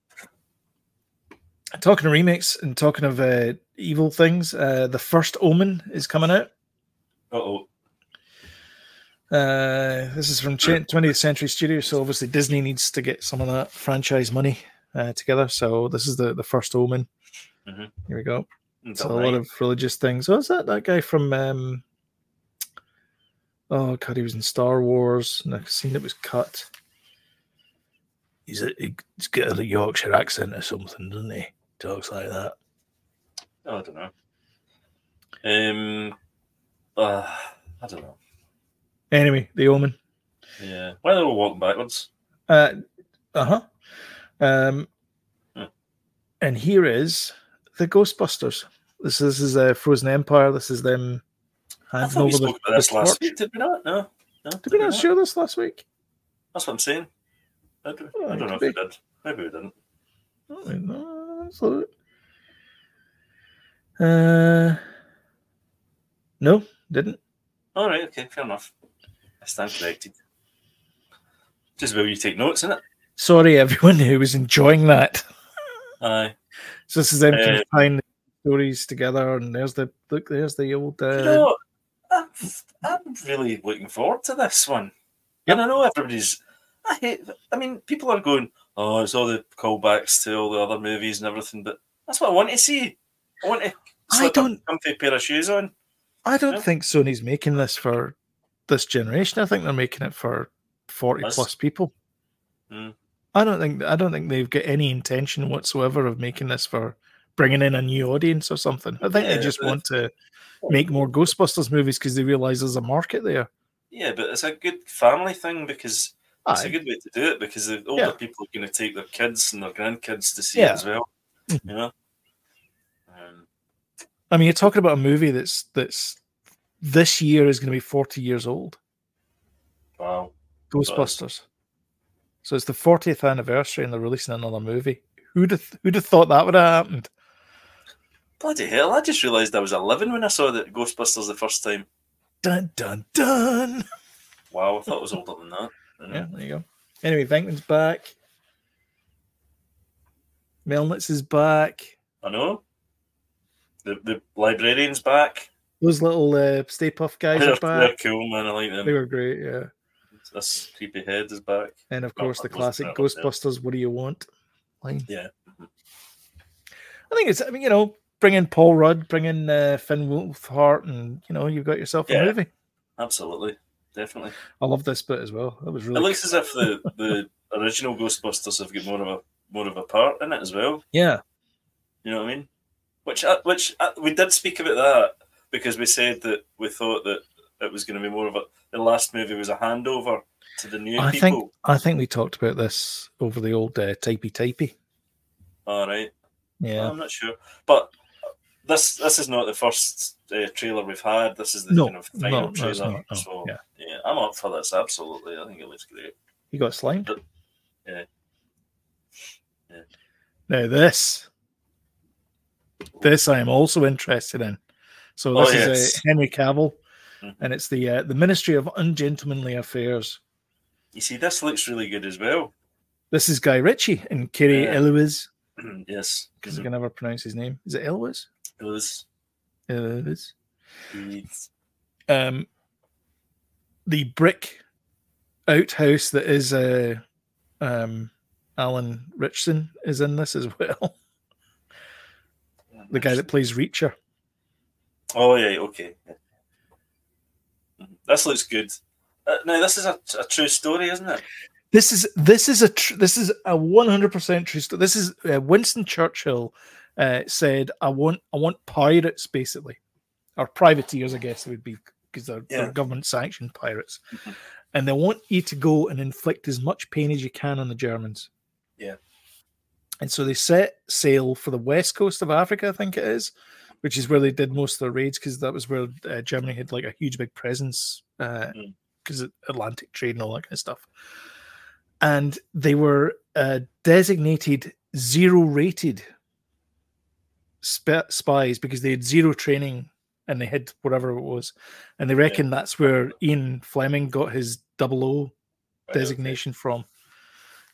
A: Talking of remakes and talking of uh, evil things, uh, the first Omen is coming out.
B: Uh oh.
A: Uh, this is from
B: Hmm.
A: Ch- 20th Century Studios, so obviously Disney needs to get some of that franchise money uh, together. So this is the, the first Omen.
B: Mhm.
A: Here we go. So a lot of religious things. Oh, is that that guy from? Um, oh God, he was in Star Wars, and I've seen it was cut. He's a, he's got a Yorkshire accent or something, doesn't he? Talks like that.
B: Oh, I don't know. Um, uh, I don't know.
A: Anyway, the Omen.
B: Yeah. Why are they all walking backwards?
A: Uh huh. Um,
B: Hmm.
A: and here is the Ghostbusters. This this is a Frozen Empire. This is them
B: I
A: handing
B: thought we
A: over the,
B: spoke about this
A: the
B: last
A: torch.
B: week, did we not? No. no
A: Did we not show this last week?
B: That's what I'm saying. I don't,
A: Oh,
B: I
A: it
B: don't know if
A: could
B: we did. Maybe we didn't.
A: Oh, no, that's all right. Uh, no, didn't.
B: All right, okay, fair enough. I stand corrected. Just where you take notes, innit?
A: Sorry, everyone who was enjoying that.
B: Aye.
A: So this is them trying
B: Uh,
A: to find the stories together, and there's the look. There's the old. Uh,
B: you know, what? I'm, I'm really looking forward to this one. And I know everybody's. I hate. I mean, people are going, oh, it's all the callbacks to all the other movies and everything, but that's what I want to see. I want to.
A: I
B: slip a
A: don't-
B: comfy pair of shoes on.
A: I don't
B: No?
A: think Sony's making this for this generation. I think they're making it for forty
B: Us?
A: plus people.
B: Mm.
A: I don't think I don't think they've got any intention whatsoever of making this for bringing in a new audience or something. I think
B: Yeah,
A: they just
B: but-
A: want to make more Ghostbusters movies because they realize there's a market there.
B: Yeah, but it's a good family thing because it's a
A: Aye.
B: good way to do it because the older
A: Yeah.
B: people are going to take their kids and their grandkids to see
A: Yeah. Mm.
B: it as well. You know? Um,
A: I mean, you're talking about a movie that's that's this year is going to be forty years old.
B: wow.
A: Ghostbusters. So it's the fortieth anniversary, and they're releasing another movie. Who'd have, who'd have thought that would have happened?
B: Bloody hell, I just realised I was 11 when I saw the Ghostbusters the first time.
A: Dun dun dun.
B: Wow, I thought it was older than that. you know?
A: Yeah, there you go. Anyway, Venkman's back. Melnitz is back.
B: I know. The, the librarian's back.
A: Those little uh, Stay Puff guys
B: They're,
A: are
B: they're
A: back.
B: cool, man. I like
A: They
B: them.
A: were great, yeah.
B: This creepy head is back.
A: And of
B: No,
A: course, the
B: that was-
A: classic
B: that was them.
A: Ghostbusters. What do you want? Line.
B: Yeah.
A: I think it's. I mean, you know, bring in Paul Rudd, bring in uh, Finn Wolfhard, and you know, you've got yourself a
B: Yeah.
A: movie.
B: Absolutely. Definitely.
A: I love this bit as well. That was
B: It
A: really.
B: looks as if the, the original Ghostbusters have got more of a more of a part in it as well.
A: yeah,
B: You know what I mean? Which uh, which uh, we did speak about that because we said that we thought that it was going to be more of a. The last movie was a handover to the new
A: I
B: people.
A: think I think we talked about this over the old uh, typey typey.
B: All right.
A: Yeah,
B: I'm not sure, but this this is not the first uh, trailer we've had. This is the
A: no,
B: kind of
A: no,
B: final
A: no,
B: trailer.
A: it's not. no.
B: So
A: Yeah,
B: yeah. I'm up for this. Absolutely, I think it looks great.
A: he got slimed.
B: Yeah. Yeah.
A: Now this, this I am also interested in. So
B: Oh,
A: this is
B: yes.
A: a Henry Cavill,
B: Mhm.
A: and it's the uh, the Ministry of Ungentlemanly Affairs.
B: You see, this looks really good as well.
A: This is Guy Ritchie and Kerry
B: Yeah. Mm-hmm.
A: Eloise,
B: yes,
A: because I can never pronounce his name. Is it Eloise?
B: it was.
A: Eloise.
B: it's-
A: um, the brick outhouse that is uh, um, Alan Richson is in this as well. the guy that plays Reacher.
B: Oh yeah, okay. Yeah. Mhm. This looks good. Uh, now this is a, a true story, isn't it?
A: This is this is a tr- this is a one hundred percent true story. This is uh, Winston Churchill uh, said, "I want I want pirates basically, or privateers, I guess it would be because they're,
B: Yeah.
A: they're government sanctioned pirates,
B: Mhm.
A: and they want you to go and inflict as much pain as you can on the Germans."
B: Yeah.
A: And so they set sail for the west coast of Africa, I think it is, which is where they did most of their raids because that was where uh, Germany had like a huge big presence because
B: Mm.
A: Atlantic trade and all that kind of stuff and they were uh, designated zero rated sp- spies because they had zero training and they had whatever it was. And they reckon that's where Ian Fleming got his double O
B: Right, okay.
A: designation from.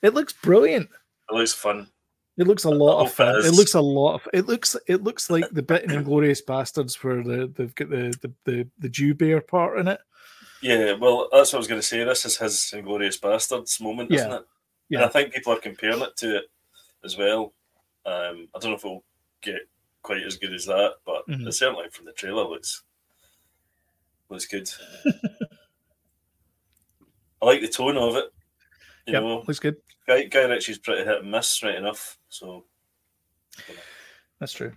A: It looks brilliant.
B: It looks fun.
A: It looks a lot of
B: hope it
A: fun. It,
B: is.
A: looks a lot of it looks it looks like the bit in Inglorious Bastards where the, they've got the the, the the Jew bear part in it.
B: Yeah, well, that's what I was going to say. This is his Inglorious Bastards moment, isn't
A: Yeah.
B: it? And
A: Yeah.
B: I think people are comparing it to it as well. Um, I don't know if it'll get quite as good as that, but
A: Mhm.
B: it certainly from the trailer looks looks good. I like the tone of it. You
A: Yep,
B: know,
A: looks good.
B: Guy, Guy Ritchie's pretty hit and miss, right enough. So
A: That's true.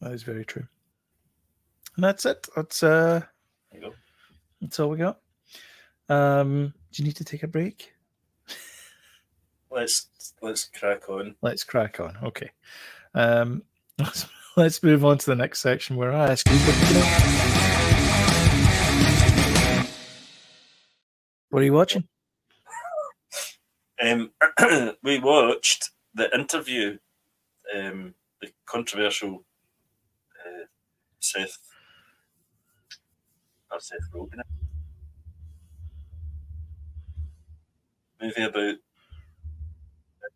A: That is very true. And that's it. That's uh
B: there you go.
A: that's all we got. Um do you need to take a break?
B: Let's let's crack on.
A: Let's crack on. Okay. Um let's, let's move on to the next section where I ask you what you What are you watching?
B: Um, we watched the interview, um, the controversial uh, Seth, or Seth Rogen movie about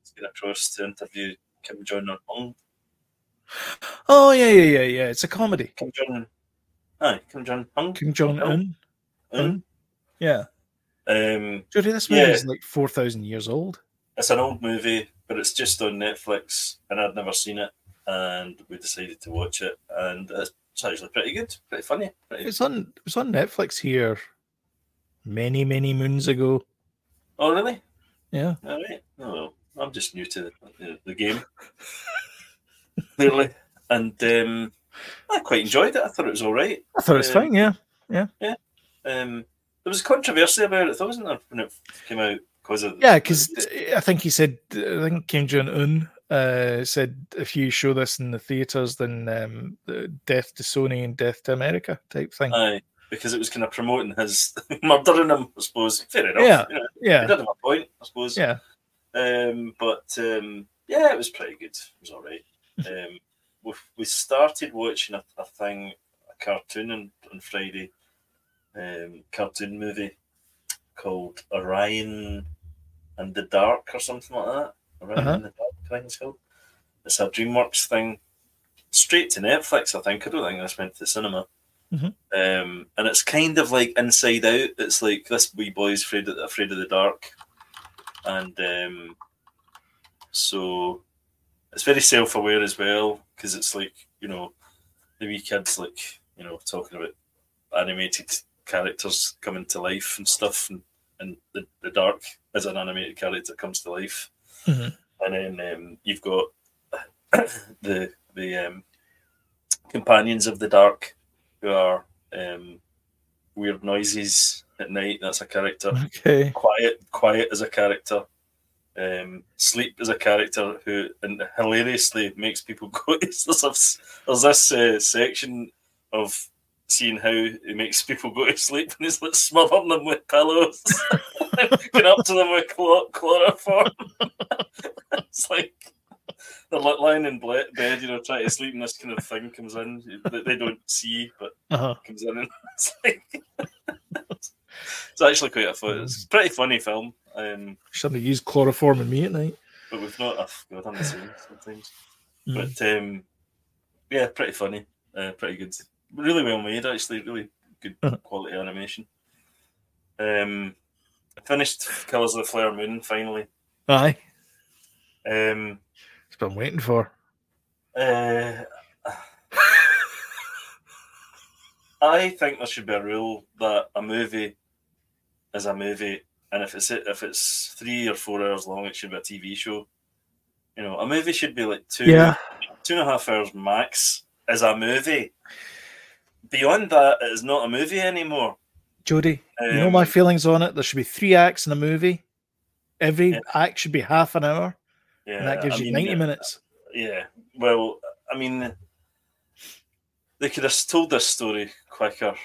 B: it's going across to interview Kim Jong Un.
A: Oh yeah, yeah, yeah, yeah. It's a comedy.
B: Kim Jong, aye, Kim Jong Un.
A: Kim Jong Un.
B: Un.
A: Yeah,
B: Um,
A: Jody, this movie
B: Yeah.
A: is like four thousand years old.
B: it's an old movie, but it's just on Netflix, and I'd never seen it, and we decided to watch it, and it's it's actually pretty good, pretty funny. Pretty...
A: It's on. It was on Netflix here many, many moons ago.
B: Oh, really?
A: Yeah,
B: All right. Oh, well, I'm just new to the, the game, clearly, and um, I quite enjoyed it. I thought it was all right.
A: I thought it was
B: Yeah.
A: fine. Yeah,
B: Um, there was controversy about it, though, wasn't there, when it came out because of
A: yeah, because I think he said. I think Kim Jong Un uh, said, "If you show this in the theaters, then um, the death to Sony and death to America" type thing.
B: Aye, because it was kind of promoting his murdering him. I suppose fair enough.
A: Yeah.
B: you know, he
A: yeah,
B: did have a point, I suppose.
A: yeah.
B: Um, but um, yeah, it was pretty good. It was all right. Um, we we started watching a, a thing, a cartoon on, on Friday, um, cartoon movie called Orion and the Dark or something like that. Orion
A: Uh-huh.
B: and the Dark, I think it's called. It's a DreamWorks thing, straight to Netflix. I think I don't think this went to the cinema.
A: Mhm.
B: Um, and it's kind of like Inside Out. It's like this wee boy's afraid of, afraid of the dark, and um, so it's very self-aware as well because it's like you know the wee kids like you know talking about animated characters coming to life and stuff, and, and the, the dark as an animated character comes to life,
A: Mhm.
B: and then um, you've got the the um, companions of the dark who are um, weird noises at night. That's a character
A: Mm-hmm. Okay.
B: quiet quiet as a character um sleep as a character who and hilariously makes people go there's this, there's this uh, section of seeing how he makes people go to sleep and he's like smothering them with pillows looking up to them with chlor- chloroform it's like they're like lying in ble- bed you know trying to sleep and this kind of thing comes in that they don't see but
A: Uh huh.
B: comes in and it's like it's actually quite a fun it's a pretty funny film um
A: Somebody used chloroform in me at night.
B: but we've not I've God, I'm the same sometimes
A: Mm.
B: but um yeah pretty funny uh, pretty good really well made actually really good
A: Uh-huh.
B: quality animation um finished Colors of the Flare Moon finally
A: Aye,
B: um
A: it's been waiting for.
B: uh I think there should be a rule that a movie is a movie, and if it's if it's three or four hours long, it should be a TV show. You know, a movie should be like two
A: Yeah.
B: two and a half hours max is a movie. Beyond that, it is not a movie anymore.
A: Jody, you know
B: Um,
A: my feelings on it. There should be three acts in a movie. Every
B: Yeah.
A: act should be half an hour,
B: Yeah,
A: and that gives
B: I
A: you
B: mean,
A: ninety
B: yeah.
A: minutes.
B: Yeah. Well, I mean, they could have told this story quicker.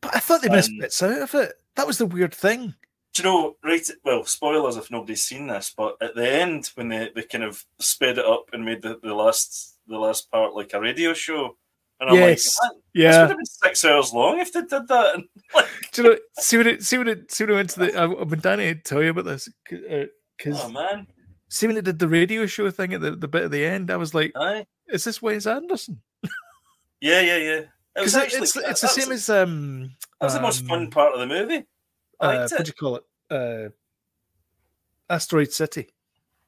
A: But I thought they missed
B: um,
A: bits out of it. That was the weird thing.
B: Do you know, right? Well, spoilers if nobody's seen this, but at the end, when they, they kind of sped it up and made the, the last the last part like a radio show, And I'm
A: Yes.
B: like, that, this
A: Yeah.
B: would have been six hours long if they did that. And like,
A: Do you know? See what it. See what it. See what it went to the. uh, I- I've been dying to tell you about this because
B: oh man,
A: see when it did the radio show thing at the, the bit at the end. I was like,
B: aye.
A: "Is this Wes Anderson?"
B: yeah, yeah, yeah. It
A: Because
B: was actually
A: it's
B: that-
A: it's the
B: that was-
A: same as um.
B: That was the most fun
A: um,
B: part of the movie. I
A: Uh,
B: liked
A: what
B: it.
A: do you call it? Uh, Asteroid City.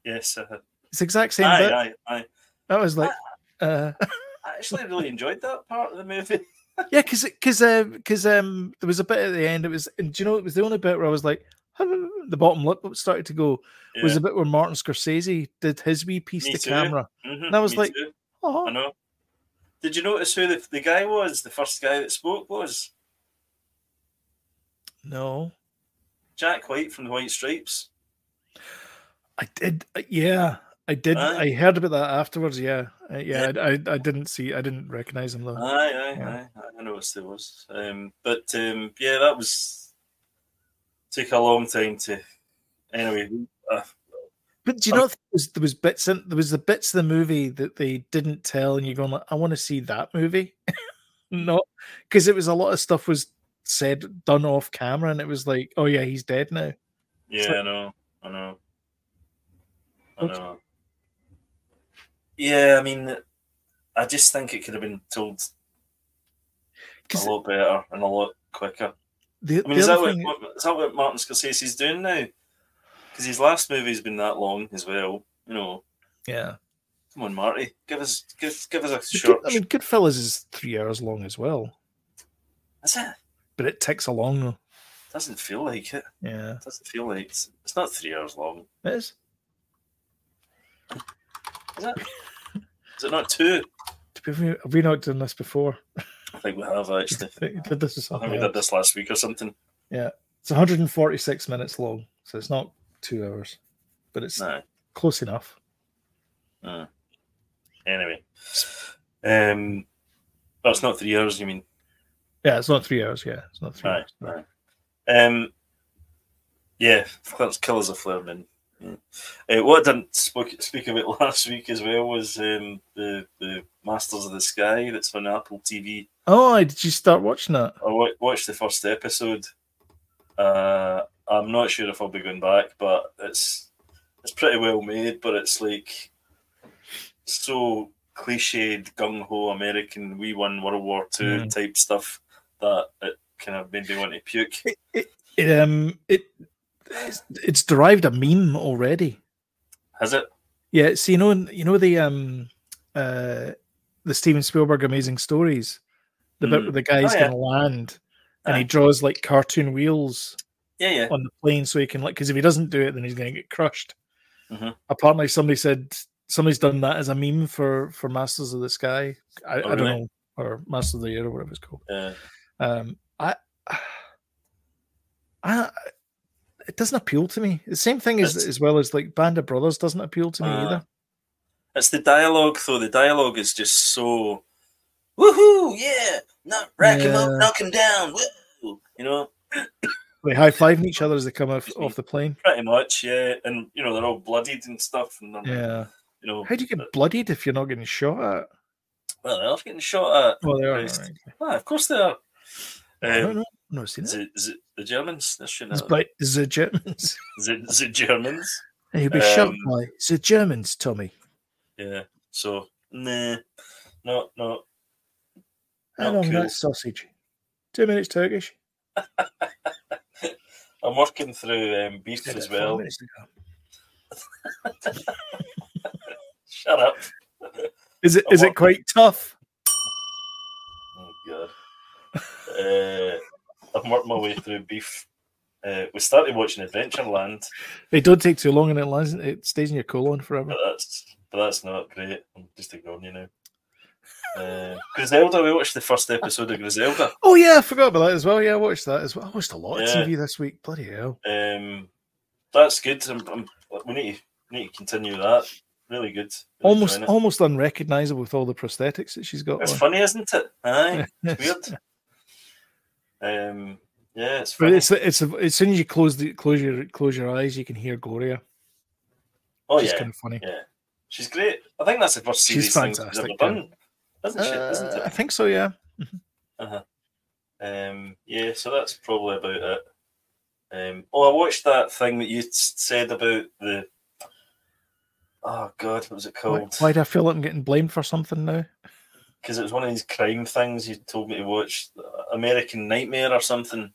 B: Yes, uh,
A: It's the exact same bit.
B: aye, Ah. aye, aye.
A: I was like, uh,
B: I actually really enjoyed that part of the movie.
A: yeah, because because because um, there was a bit at the end. It was, and do you know, it was the only bit where I was like, the bottom lip started to go was
B: Yeah.
A: the bit where Martin Scorsese did his wee piece
B: Me
A: to
B: too.
A: camera.
B: Mhm,
A: and I was
B: me
A: like,
B: too,
A: Oh,
B: I know. Did you notice who the, the guy was? The first guy that spoke was
A: no,
B: Jack White from the White Stripes.
A: I did. uh, Yeah, I did.
B: Aye.
A: I heard about that afterwards. Yeah, uh, yeah.
B: Yeah. Uh,
A: I, I, I didn't see. I didn't recognize him though.
B: Aye, aye,
A: Yeah.
B: aye. I noticed there was. Um, but um, yeah, that was took a long time to. Anyway, uh,
A: But do you
B: Oh.
A: not think there was, there was bits in there was the bits of the movie that they didn't tell, and you're going like, I want to see that movie, not because it was a lot of stuff was said done off camera, and it was like, oh yeah, he's dead now.
B: yeah,
A: like-
B: I know, I know, I
A: Oops.
B: know. Yeah, I mean, I just think it could have been told a
A: 'Cause
B: lot better and a lot quicker.
A: the,
B: I mean,
A: the
B: is that,
A: other
B: what,
A: thing,
B: what- is that what Martin Scorsese's doing now? Because his last movie's been that long as well. You know,
A: yeah,
B: come on, Marty, give us give, give us a
A: But
B: short.
A: Good, I mean, Goodfellas is three hours long as well,
B: That's it.
A: but it ticks along though.
B: Doesn't feel like it.
A: Yeah,
B: Doesn't feel like it's, it's not three hours long.
A: it is.
B: Is it? is it not two?
A: To be fair, Have we not done this before?
B: I think we have actually.
A: I think we did this is
B: I think we did this last week or something.
A: It's 146 minutes long, so it's not two hours, but it's
B: No.
A: close enough.
B: Mm. Anyway, um, well, it's not three hours. You mean?
A: Yeah, it's not three hours. Yeah, it's not three.
B: Aye,
A: hours. no.
B: aye. Um, yeah, that's Killers of Flare Man. Mm. Uh, what I didn't speak, speak about last week as well was um, the, the Masters of the Sky that's on Apple TV.
A: Oh, aye, did you start watching that?
B: I wa- watched the first episode. Uh, I'm not sure if I'll be going back, but it's it's pretty well made. But it's like so cliched, gung ho American. We won World War Two
A: Mm.
B: type stuff that it kind of made me want to puke.
A: It um, it it's, it's derived a meme already.
B: Has it?
A: Yeah, so you know, you know the um, uh, the Steven Spielberg Amazing Stories, the bit
B: Mm.
A: where the guy's
B: Oh, yeah.
A: gonna land, and he
B: Aye.
A: draws like cartoon wheels
B: Yeah, yeah.
A: on the plane so he can like because if he doesn't do it then he's going to get crushed Mm-hmm.
B: Mhm.
A: apparently somebody said somebody's done that as a meme for for masters of the sky i,
B: Oh,
A: I don't
B: really?
A: know or master of the year or whatever it's called
B: Uh,
A: um i i it doesn't appeal to me the same thing as
B: It's-
A: as well as like band of brothers doesn't appeal to me
B: Ah.
A: either
B: it's the dialogue, though. The dialogue is just so, woohoo, yeah, not rack him up,
A: Yeah.
B: knock him down, woo, you know,
A: they high-fiving each other as they come off,
B: Excuse me.
A: off the plane
B: pretty much, yeah. And you know, they're all bloodied and stuff, and they're,
A: yeah
B: you know,
A: how do you get bloodied if you're not getting shot at
B: well, they're all getting shot at.
A: well they are
B: Christ.
A: alright.
B: Ah, of course they are.
A: i don't
B: Um,
A: know i've never seen it
B: the, the, the Germans, they're shooting
A: it's
B: at
A: by the germans
B: the, the Germans,
A: And he'll be shot
B: Um,
A: by the Germans, Tommy.
B: yeah. So, nah, not, not.
A: How
B: not
A: long
B: cool.
A: that sausage? Two minutes Turkish.
B: I'm working through um, beef
A: Did it
B: as
A: five
B: well.
A: minutes ago.
B: Shut up.
A: Is it
B: I
A: is it
B: want-
A: quite tough?
B: Oh god. Uh, I've worked my way through beef. Uh, we started watching Adventureland,
A: They don't take too long, and it lies, it stays in your colon forever.
B: but that's but that's not great. I'm just ignoring you now. Uh, Griselda, we watched the first episode of Griselda.
A: Oh yeah, I forgot about that as well. Yeah, I watched that as well. I watched a lot of
B: Yeah.
A: TV this week. Bloody hell!
B: Um, that's good. I'm, I'm, we need to, need to continue that. Really good. Really
A: Almost
B: enjoying it.
A: almost unrecognizable with all the prosthetics that she's got.
B: It's
A: on.
B: funny, isn't it? Aye, it's
A: Yes.
B: weird. Um, yeah, it's
A: But
B: funny.
A: it's it's as soon as you close the close your close your eyes, you can hear Gloria.
B: oh
A: She's
B: yeah,
A: kind of funny.
B: She's great. I think that's the first
A: She's
B: serious thing she's ever
A: fantastic, yeah.
B: done. isn't she? Isn't
A: Uh, I
B: it?
A: think so. Yeah.
B: Um, yeah, so that's probably about it. Um, oh, I watched that thing that you s- said about the. Oh God, what was it
A: Why,
B: called?
A: why do I feel like I'm getting blamed for something now?
B: Because it was one of these crime things you told me to watch, American Nightmare or something.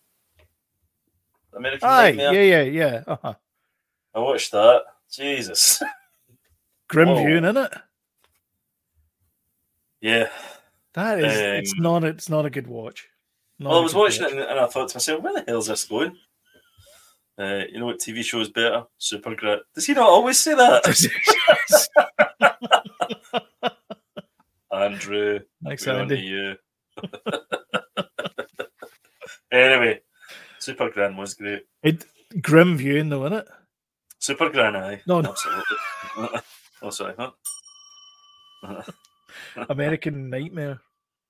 B: American
A: Aye. Yeah.
B: Nightmare.
A: Yeah. Yeah. Uh-huh.
B: I watched that. Jesus.
A: Grim
B: Whoa.
A: viewing, is it?
B: yeah.
A: That is. it's
B: Um,
A: not. It's not a good watch. Not
B: Well,
A: a
B: I was
A: good
B: watching
A: watch.
B: it and, and I thought to myself, where the hell's this going? Uh, you know what TV show is better? Supergrit. Does he not always say that? Andrew.
A: Thanks,
B: We're on to
A: Andy.
B: you. anyway, Super Gran was great.
A: It grim viewing though, isn't it?
B: Super Gran, aye.
A: No, no.
B: Absolutely. oh, sorry. Huh?
A: American Nightmare.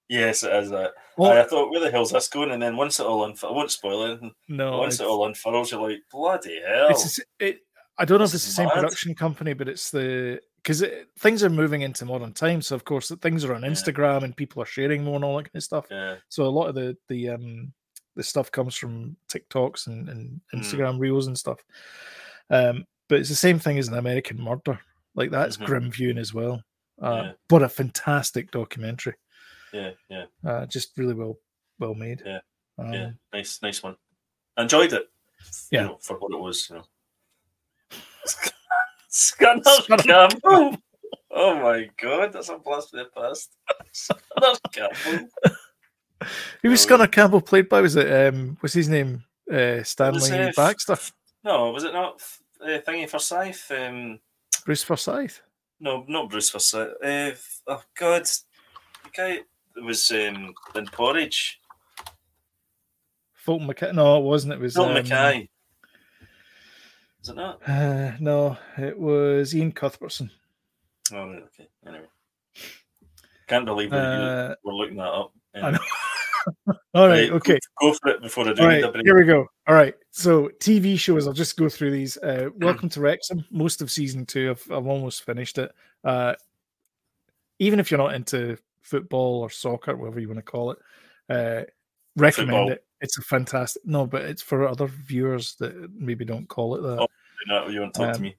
B: Yes, it is that.
A: Oh
B: Aye, I thought, where the hell's this going? And then once it all unfurls, I won't spoil anything.
A: no,
B: once
A: Oh, it's,
B: it all unfurls, you're like, bloody hell.
A: it's the s- it, I don't know if
B: This
A: it's the same
B: is mad.
A: production company, but it's the because things are moving into modern times. So of course, that things are on
B: Yeah.
A: Instagram and people are sharing more and all that kind of stuff.
B: yeah.
A: So a lot of the the um the stuff comes from TikToks and, and
B: Mm.
A: Instagram reels and stuff. Um, but it's the same thing as an American Murder. Like that's
B: Mhm.
A: grim viewing as well. Uh,
B: Yeah.
A: But a fantastic documentary.
B: Yeah, yeah,
A: Uh, just really well well made.
B: Yeah,
A: Um,
B: yeah. Nice, nice one. I enjoyed it.
A: Yeah.
B: You know, for what it was, you know. Scanner
A: Scanner
B: Campbell. Oh my god, that's a blast from the past. Scanner Campbell.
A: Who was
B: Oh,
A: Scunner Campbell played by? Was it um? What's his name? Uh, Stanley
B: uh,
A: Baxter,
B: No, was it not uh, thingy Forsyth? Um,
A: Bruce Forsyth.
B: no, not Bruce Forsyth. Uh, oh God, the guy that was um, in Porridge.
A: Fulton McKay. No, it wasn't. It was
B: Phil
A: um,
B: Mackay. Is it not?
A: Uh, no, it was Ian Cuthbertson.
B: Oh, right, okay. Anyway, can't believe that
A: Uh,
B: you were looking that up.
A: know. Uh, All right,
B: Right,
A: okay.
B: Go for it before I do
A: All
B: need
A: right,
B: a break.
A: here we go. All right, so TV shows. I'll just go through these. Uh, Welcome to Wrexham. Most of season two, I've, I've almost finished it. Uh, even if you're not into football or soccer, whatever you want to call it, uh, recommend
B: Football.
A: it. It's a fantastic. No, but it's for other viewers that maybe don't call it
B: Oh.
A: that.
B: You know, You want to talk to
A: Um,
B: me?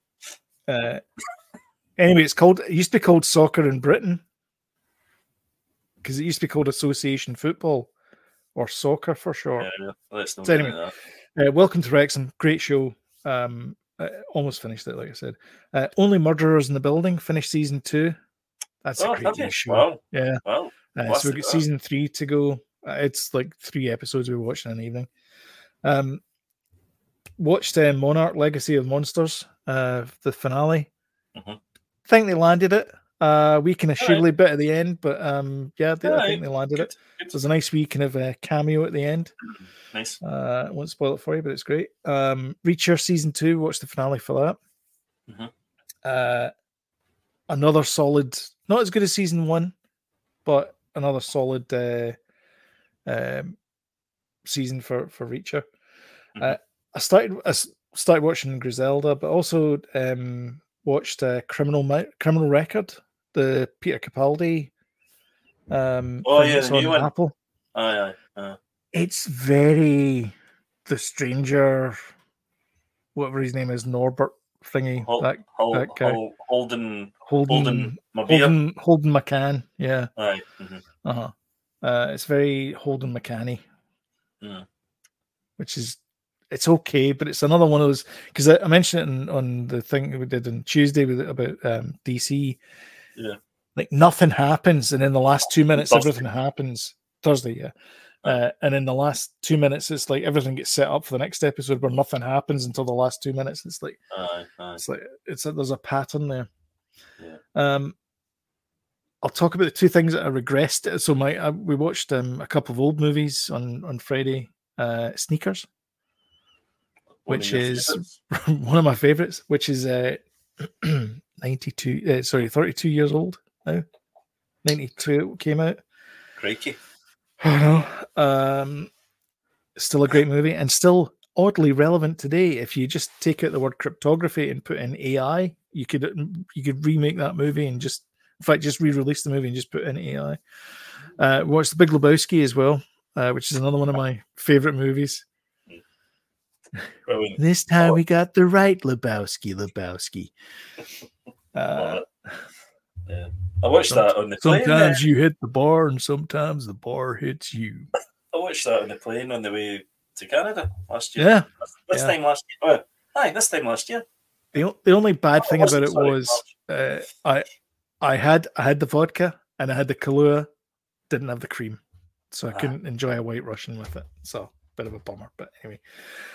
A: Uh, anyway, it's called. It used to be called soccer in Britain because it used to be called association football or soccer for short.
B: Yeah, yeah, let's not
A: So
B: get
A: anyway,
B: into that.
A: Uh, Welcome to Wrexham. Great show. Um, uh, almost finished it, like I said. Uh, Only Murderers in the Building. Finished season two. That's
B: Oh,
A: a great
B: have you?
A: new show.
B: Wow,
A: Yeah.
B: wow.
A: Uh,
B: Blast
A: so
B: it,
A: we've got
B: wow.
A: season three to go. Uh, it's like three episodes we watched in an evening. Um, watched uh, Monarch Legacy of Monsters, uh, the finale.
B: Mhm.
A: Think they landed it. Uh, week and a
B: Alright.
A: shiddly bit at the end, but um, yeah, they, I think
B: Alright,
A: they landed
B: good,
A: it. There's a nice wee kind of uh, cameo at the end.
B: Nice.
A: Uh, I won't spoil it for you, but it's great. Um, Reacher season two, watch the finale for that.
B: Mhm.
A: Uh, another solid, not as good as season one, but another solid uh, um, season for for Reacher. Uh,
B: Mhm.
A: I started I s- started watching Griselda, but also um, watched uh, Criminal Mi- Criminal Record, the Peter Capaldi. Um,
B: Oh,
A: thing
B: yeah,
A: that's
B: the new
A: on
B: one.
A: Apple
B: Aye, Uh, aye. aye.
A: it's very the stranger whatever his name is norbert thingy
B: Hol-
A: that
B: Hol-
A: that guy.
B: Hol- Holden,
A: holden
B: Holden, my beer.
A: holden, holden mccann yeah
B: Aye. mhm.
A: uh-huh uh it's very holden mccanny
B: Mm.
A: which is it's okay but it's another one of those because I, I mentioned it in, on the thing that we did on tuesday with about um dc
B: Yeah.
A: like nothing happens and in the last two minutes
B: Thursday.
A: everything happens thursday yeah uh, and in the last two minutes it's like everything gets set up for the next episode where nothing happens until the last two minutes it's like
B: Aye, aye.
A: it's like it's a, there's a pattern there
B: Yeah.
A: um i'll talk about the two things that i regressed so my I, we watched um, a couple of old movies on on friday uh sneakers
B: One of
A: Which
B: your
A: is-
B: favourites.
A: one of my favorites, which is uh, 92, uh, sorry, 32 years old now. 92 it came out.
B: Crikey.
A: Uh, Oh, no. Um, still a great movie and still oddly relevant today. If you just mm, take out the word cryptography and put in AI, you could you could remake that movie and just in fact, just re-released the movie and just put in AI. Uh, watched The Big Lebowski as well, uh, which is another one of my favorite movies.
B: Brilliant.
A: This time we got the right Lebowski, Lebowski.
B: Love
A: Uh,
B: it. Yeah. I watched that on the plane. uh, there.
A: sometimes you hit the bar, and sometimes the bar hits you.
B: I watched that on the plane on the way to Canada last year.
A: Yeah.
B: This
A: yeah.
B: time last year. Oh, aye, this time last year.
A: The, o- the only bad thing
B: Oh,
A: about it
B: sorry,
A: was uh, I I had I had the vodka and I had the Kahlua, didn't have the cream, so I
B: Ah.
A: couldn't enjoy a White Russian with it. So bit of a bummer, but anyway.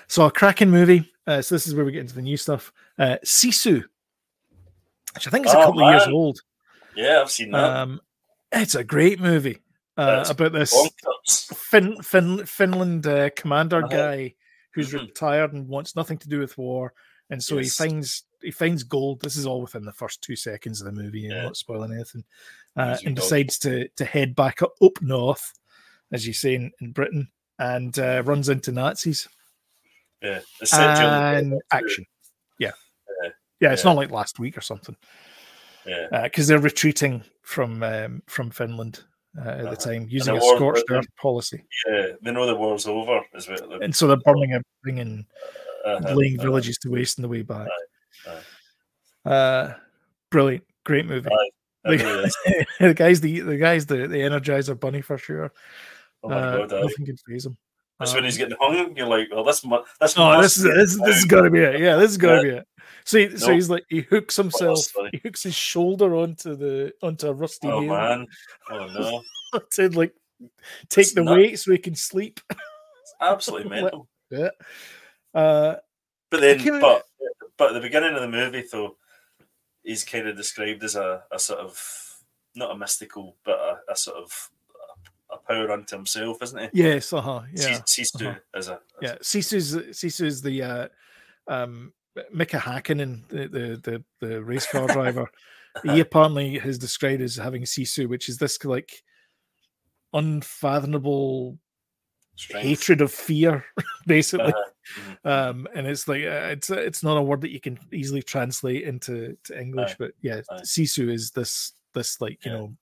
A: So a cracking movie. Uh, so this is where we get into the new stuff. Uh, Sisu, which I think is a
B: Oh,
A: couple of years
B: man.
A: old.
B: Yeah, I've seen that.
A: Um, it's a great movie uh,
B: That's
A: about this
B: Bonkers.
A: fin- fin- Finland uh, commander
B: Uh-huh.
A: guy who's
B: Mhm.
A: retired and wants nothing to do with war, and so
B: Yes.
A: he finds he finds gold. This is all within the first two seconds of the movie, and
B: Yeah.
A: not spoiling anything. Uh,
B: Easy
A: and
B: dog.
A: decides to to head back up up north, as you say in, in Britain, and uh, runs into Nazis
B: Yeah, it's set during
A: and
B: the-
A: action. Yeah,
B: Yeah.
A: yeah. It's
B: Yeah.
A: not like last week or something
B: Yeah,
A: because they're retreating from um, from Finland uh, at the
B: Uh-huh.
A: time using
B: the
A: a
B: war in
A: scorched
B: Britain.
A: earth policy,
B: yeah. They know the war's over, is what. the-
A: and so they're burning everything and
B: uh-huh,
A: laying
B: uh,
A: villages to waste on the way back.
B: Aye,
A: Uh, brilliant, great movie.
B: Aye, it
A: the-
B: really is.
A: the guys, the the guys, the, the Energizer Bunny for sure.
B: Oh my
A: Uh,
B: god, aye.
A: nothing can phase him.
B: That's when he's
A: Um,
B: getting hung. You're like, oh, that's mu- that's
A: Oh, this
B: must
A: is
B: be
A: this, this is gotta be it. Yeah, this is gotta be it. So, he, so
B: Nope.
A: he's like he hooks himself.
B: Oh, sorry.
A: He hooks his shoulder onto the onto a rusty
B: Oh
A: nail
B: man, oh no,
A: to like take
B: That's
A: the
B: nuts.
A: weight so he can sleep.
B: it's absolutely mental.
A: Yeah. Uh,
B: But then,
A: Can we-
B: but but at the beginning of the movie, though, he's kind of described as a, a sort of not a mystical, but a, a sort of a power unto himself, isn't he?
A: yes, uh huh.
B: Sis-
A: Yeah,
B: Sisu
A: uh-huh.
B: as a
A: yeah. Sisu's Sisu's the uh, um, Mika Hakkinen, the the the, the race car driver. he apparently is described as having Sisu, which is this like unfathomable
B: strength.
A: hatred of fear, basically.
B: Uh-huh.
A: Um, and it's like uh, it's it's not a word that you can easily translate into to English, but yeah,
B: aye.
A: Sisu is this this like you
B: Yeah.
A: know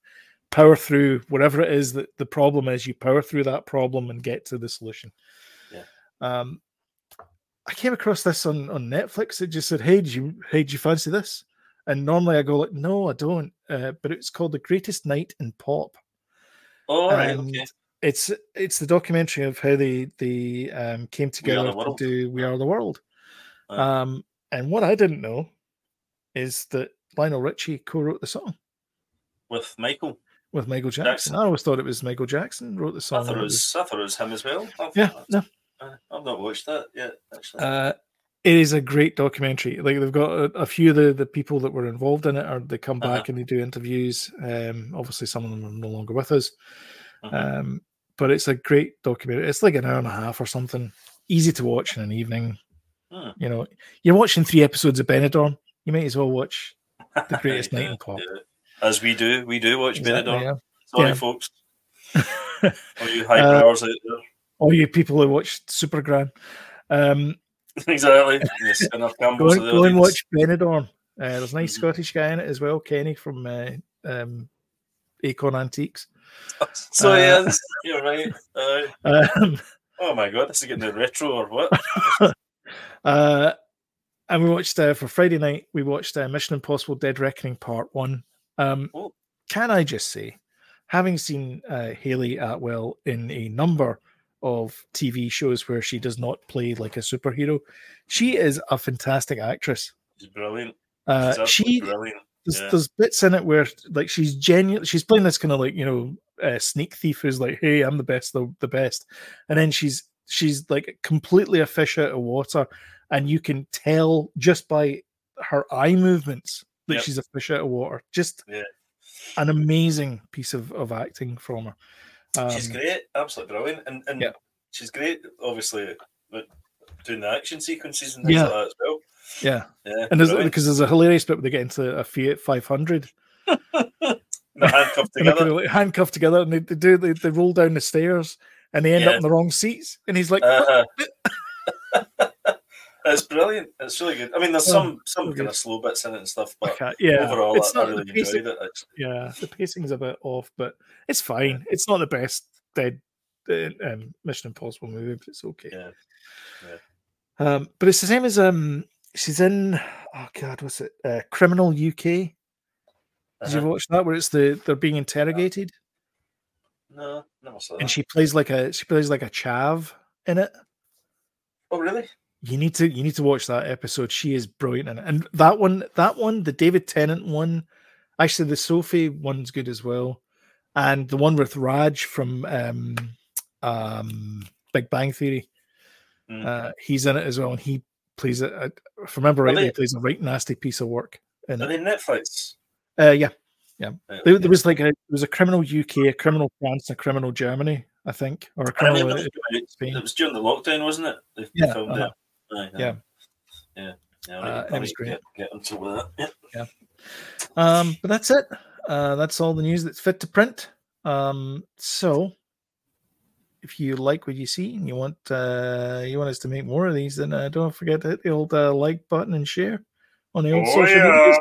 A: power through whatever it is that the problem is. You power through that problem and get to the solution.
B: Yeah.
A: Um, I came across this on on Netflix. It just said, "Hey, do you hey, do you fancy this?" And normally I go like, "No, I don't." Uh, but it's called "The Greatest Night in Pop."
B: Oh, right,
A: and
B: okay.
A: It's it's the documentary of how they they um, came
B: Are the
A: together to
B: World.
A: do "We Are the World."
B: Aye.
A: Um, and what I didn't know is that Lionel Richie co-wrote the song
B: With Michael,
A: with Michael Jackson.
B: Jackson.
A: I always thought it was Michael Jackson wrote the song.
B: I thought
A: and
B: it
A: it
B: was I thought it was him as well. I've,
A: was- yeah, no,
B: uh, I've not watched that yet. Actually,
A: Uh, it is a great documentary. Like they've got a, a few of the, the people that were involved in it, or they come
B: Uh-huh.
A: back and they do interviews. Um, obviously, some of them are no longer with us.
B: Mhm.
A: Um, but it's a great documentary. It's like an hour and a half or something. Easy to watch in an evening.
B: Hmm.
A: You know, you're watching three episodes of Benidorm. You might as well watch the greatest night in pop.
B: yeah. as we do, we do watch
A: Exactly,
B: Benidorm.
A: yeah.
B: Sorry,
A: Yeah.
B: folks. All you high powers out there.
A: All you people who watched Supergram, um,
B: exactly. Yes, enough
A: Uh, go,
B: gambles.
A: and,
B: of the
A: go and
B: audience.
A: watch Benidorm. Uh, there's a nice
B: Mhm.
A: Scottish guy in it as well, Kenny from uh, um, Acorn Antiques.
B: So
A: Uh,
B: yeah, this- you're right. Uh,
A: Um,
B: oh my god, this is getting the retro or what?
A: uh, and we watched uh, for Friday night. We watched uh, Mission Impossible: Dead Reckoning Part One. Um,
B: Oh.
A: Can I just say, having seen uh, Haley Atwell in a number of TV shows where she does not play like a superhero, she is a fantastic actress.
B: It's brilliant. It's
A: Uh,
B: absolutely
A: she
B: brilliant.
A: there's,
B: Yeah.
A: there's bits in it where like she's genuine she's playing this kind of like you know uh, sneak thief who's like hey i'm the best the, the best and then she's she's like completely a fish out of water and you can tell just by her eye movements that
B: Yep.
A: she's a fish out of water just
B: Yeah.
A: an amazing piece of, of acting from her um,
B: she's great, absolutely brilliant, and and
A: yeah.
B: she's great. Obviously, but doing the action sequences and things
A: Yeah.
B: like that as well.
A: yeah
B: Yeah,
A: and there's,
B: brilliant.
A: because there's a hilarious bit where they get into a fiat 500
B: They're handcuffed
A: and they're kind
B: together.
A: of like handcuffed together and they, they do they, they roll down the stairs and they end
B: Yeah.
A: up in the wrong seats and he's like
B: Uh, Uh-huh. It's brilliant. It's really good. I mean, there's some some kind of slow bits in it and stuff, but
A: Oh, Okay, yeah,
B: overall,
A: it's
B: I, I
A: not
B: really
A: the basic-
B: enjoyed it. Actually.
A: yeah, the pacing's a bit off, but it's fine. It's not the best dead uh, um, Mission Impossible movie, but it's okay.
B: Yeah.
A: Um, but it's the same as um, she's in. Oh God, what's it? Uh, Criminal UK. Did you
B: Uh-huh. Uh,
A: ever watch that? Where it's the they're being interrogated,
B: No, never saw
A: and
B: that.
A: she plays like a she plays like a chav in it.
B: Oh, really?
A: You need to you need to watch that episode. She is brilliant in it. And that one, that one, the David Tennant one, actually the Sophie one's good as well. And the one with Raj from um um Big Bang Theory.
B: Mm.
A: Uh he's in it as well, and he plays it. I- If I remember
B: Are
A: rightly,
B: they-
A: he plays a right nasty piece of work in
B: Are
A: it.
B: they Netflix?
A: Uh yeah.
B: Right,
A: There,
B: okay.
A: there was like a there was a criminal UK, a criminal France, and a criminal Germany, I think, or a
B: I remember
A: criminal uh,
B: it was-
A: Spain.
B: it was during the lockdown, wasn't it? They
A: Yeah,
B: filmed
A: uh-huh.
B: it. Aye, aye.
A: Yeah.
B: Yeah. Yeah,
A: Uh,
B: I
A: it
B: need-
A: was
B: I need to
A: great.
B: Get, get into that. Yeah.
A: Um, but that's it. Uh, that's all the news that's fit to print. Um, so if you like what you see and you want uh, you want us to make more of these, then uh, don't forget to hit the old uh, like button and share on the old
B: Oh,
A: social
B: yeah.
A: media.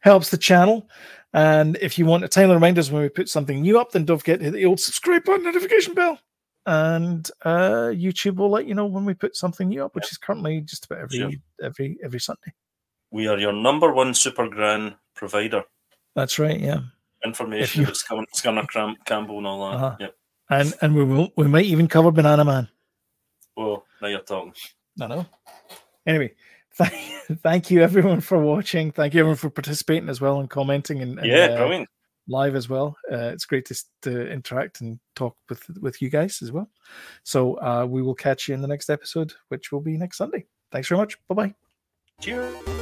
A: Helps the channel. And if you want a timely reminders when we put something new up, then don't forget to hit the old subscribe button, notification bell. And uh, YouTube will let you know when we put something new up, which is currently just about every
B: Sure.
A: every every Sunday.
B: We are your number one super gran provider.
A: That's right, yeah. If
B: Information
A: you-
B: about Scum- Scunner Cram- Campbell and all that.
A: Uh-huh.
B: Yep.
A: and and we will we might even cover Banana Man.
B: Well, now you're talking.
A: I know. Anyway, thank, thank you everyone for watching. Thank you everyone for participating as well and commenting and, and,
B: yeah,
A: uh,
B: brilliant.
A: live as well. Uh, it's great to, s- to interact and talk with with you guys as well. So uh, we will catch you in the next episode, which will be next Sunday. Thanks very much. Bye bye.
B: Cheers.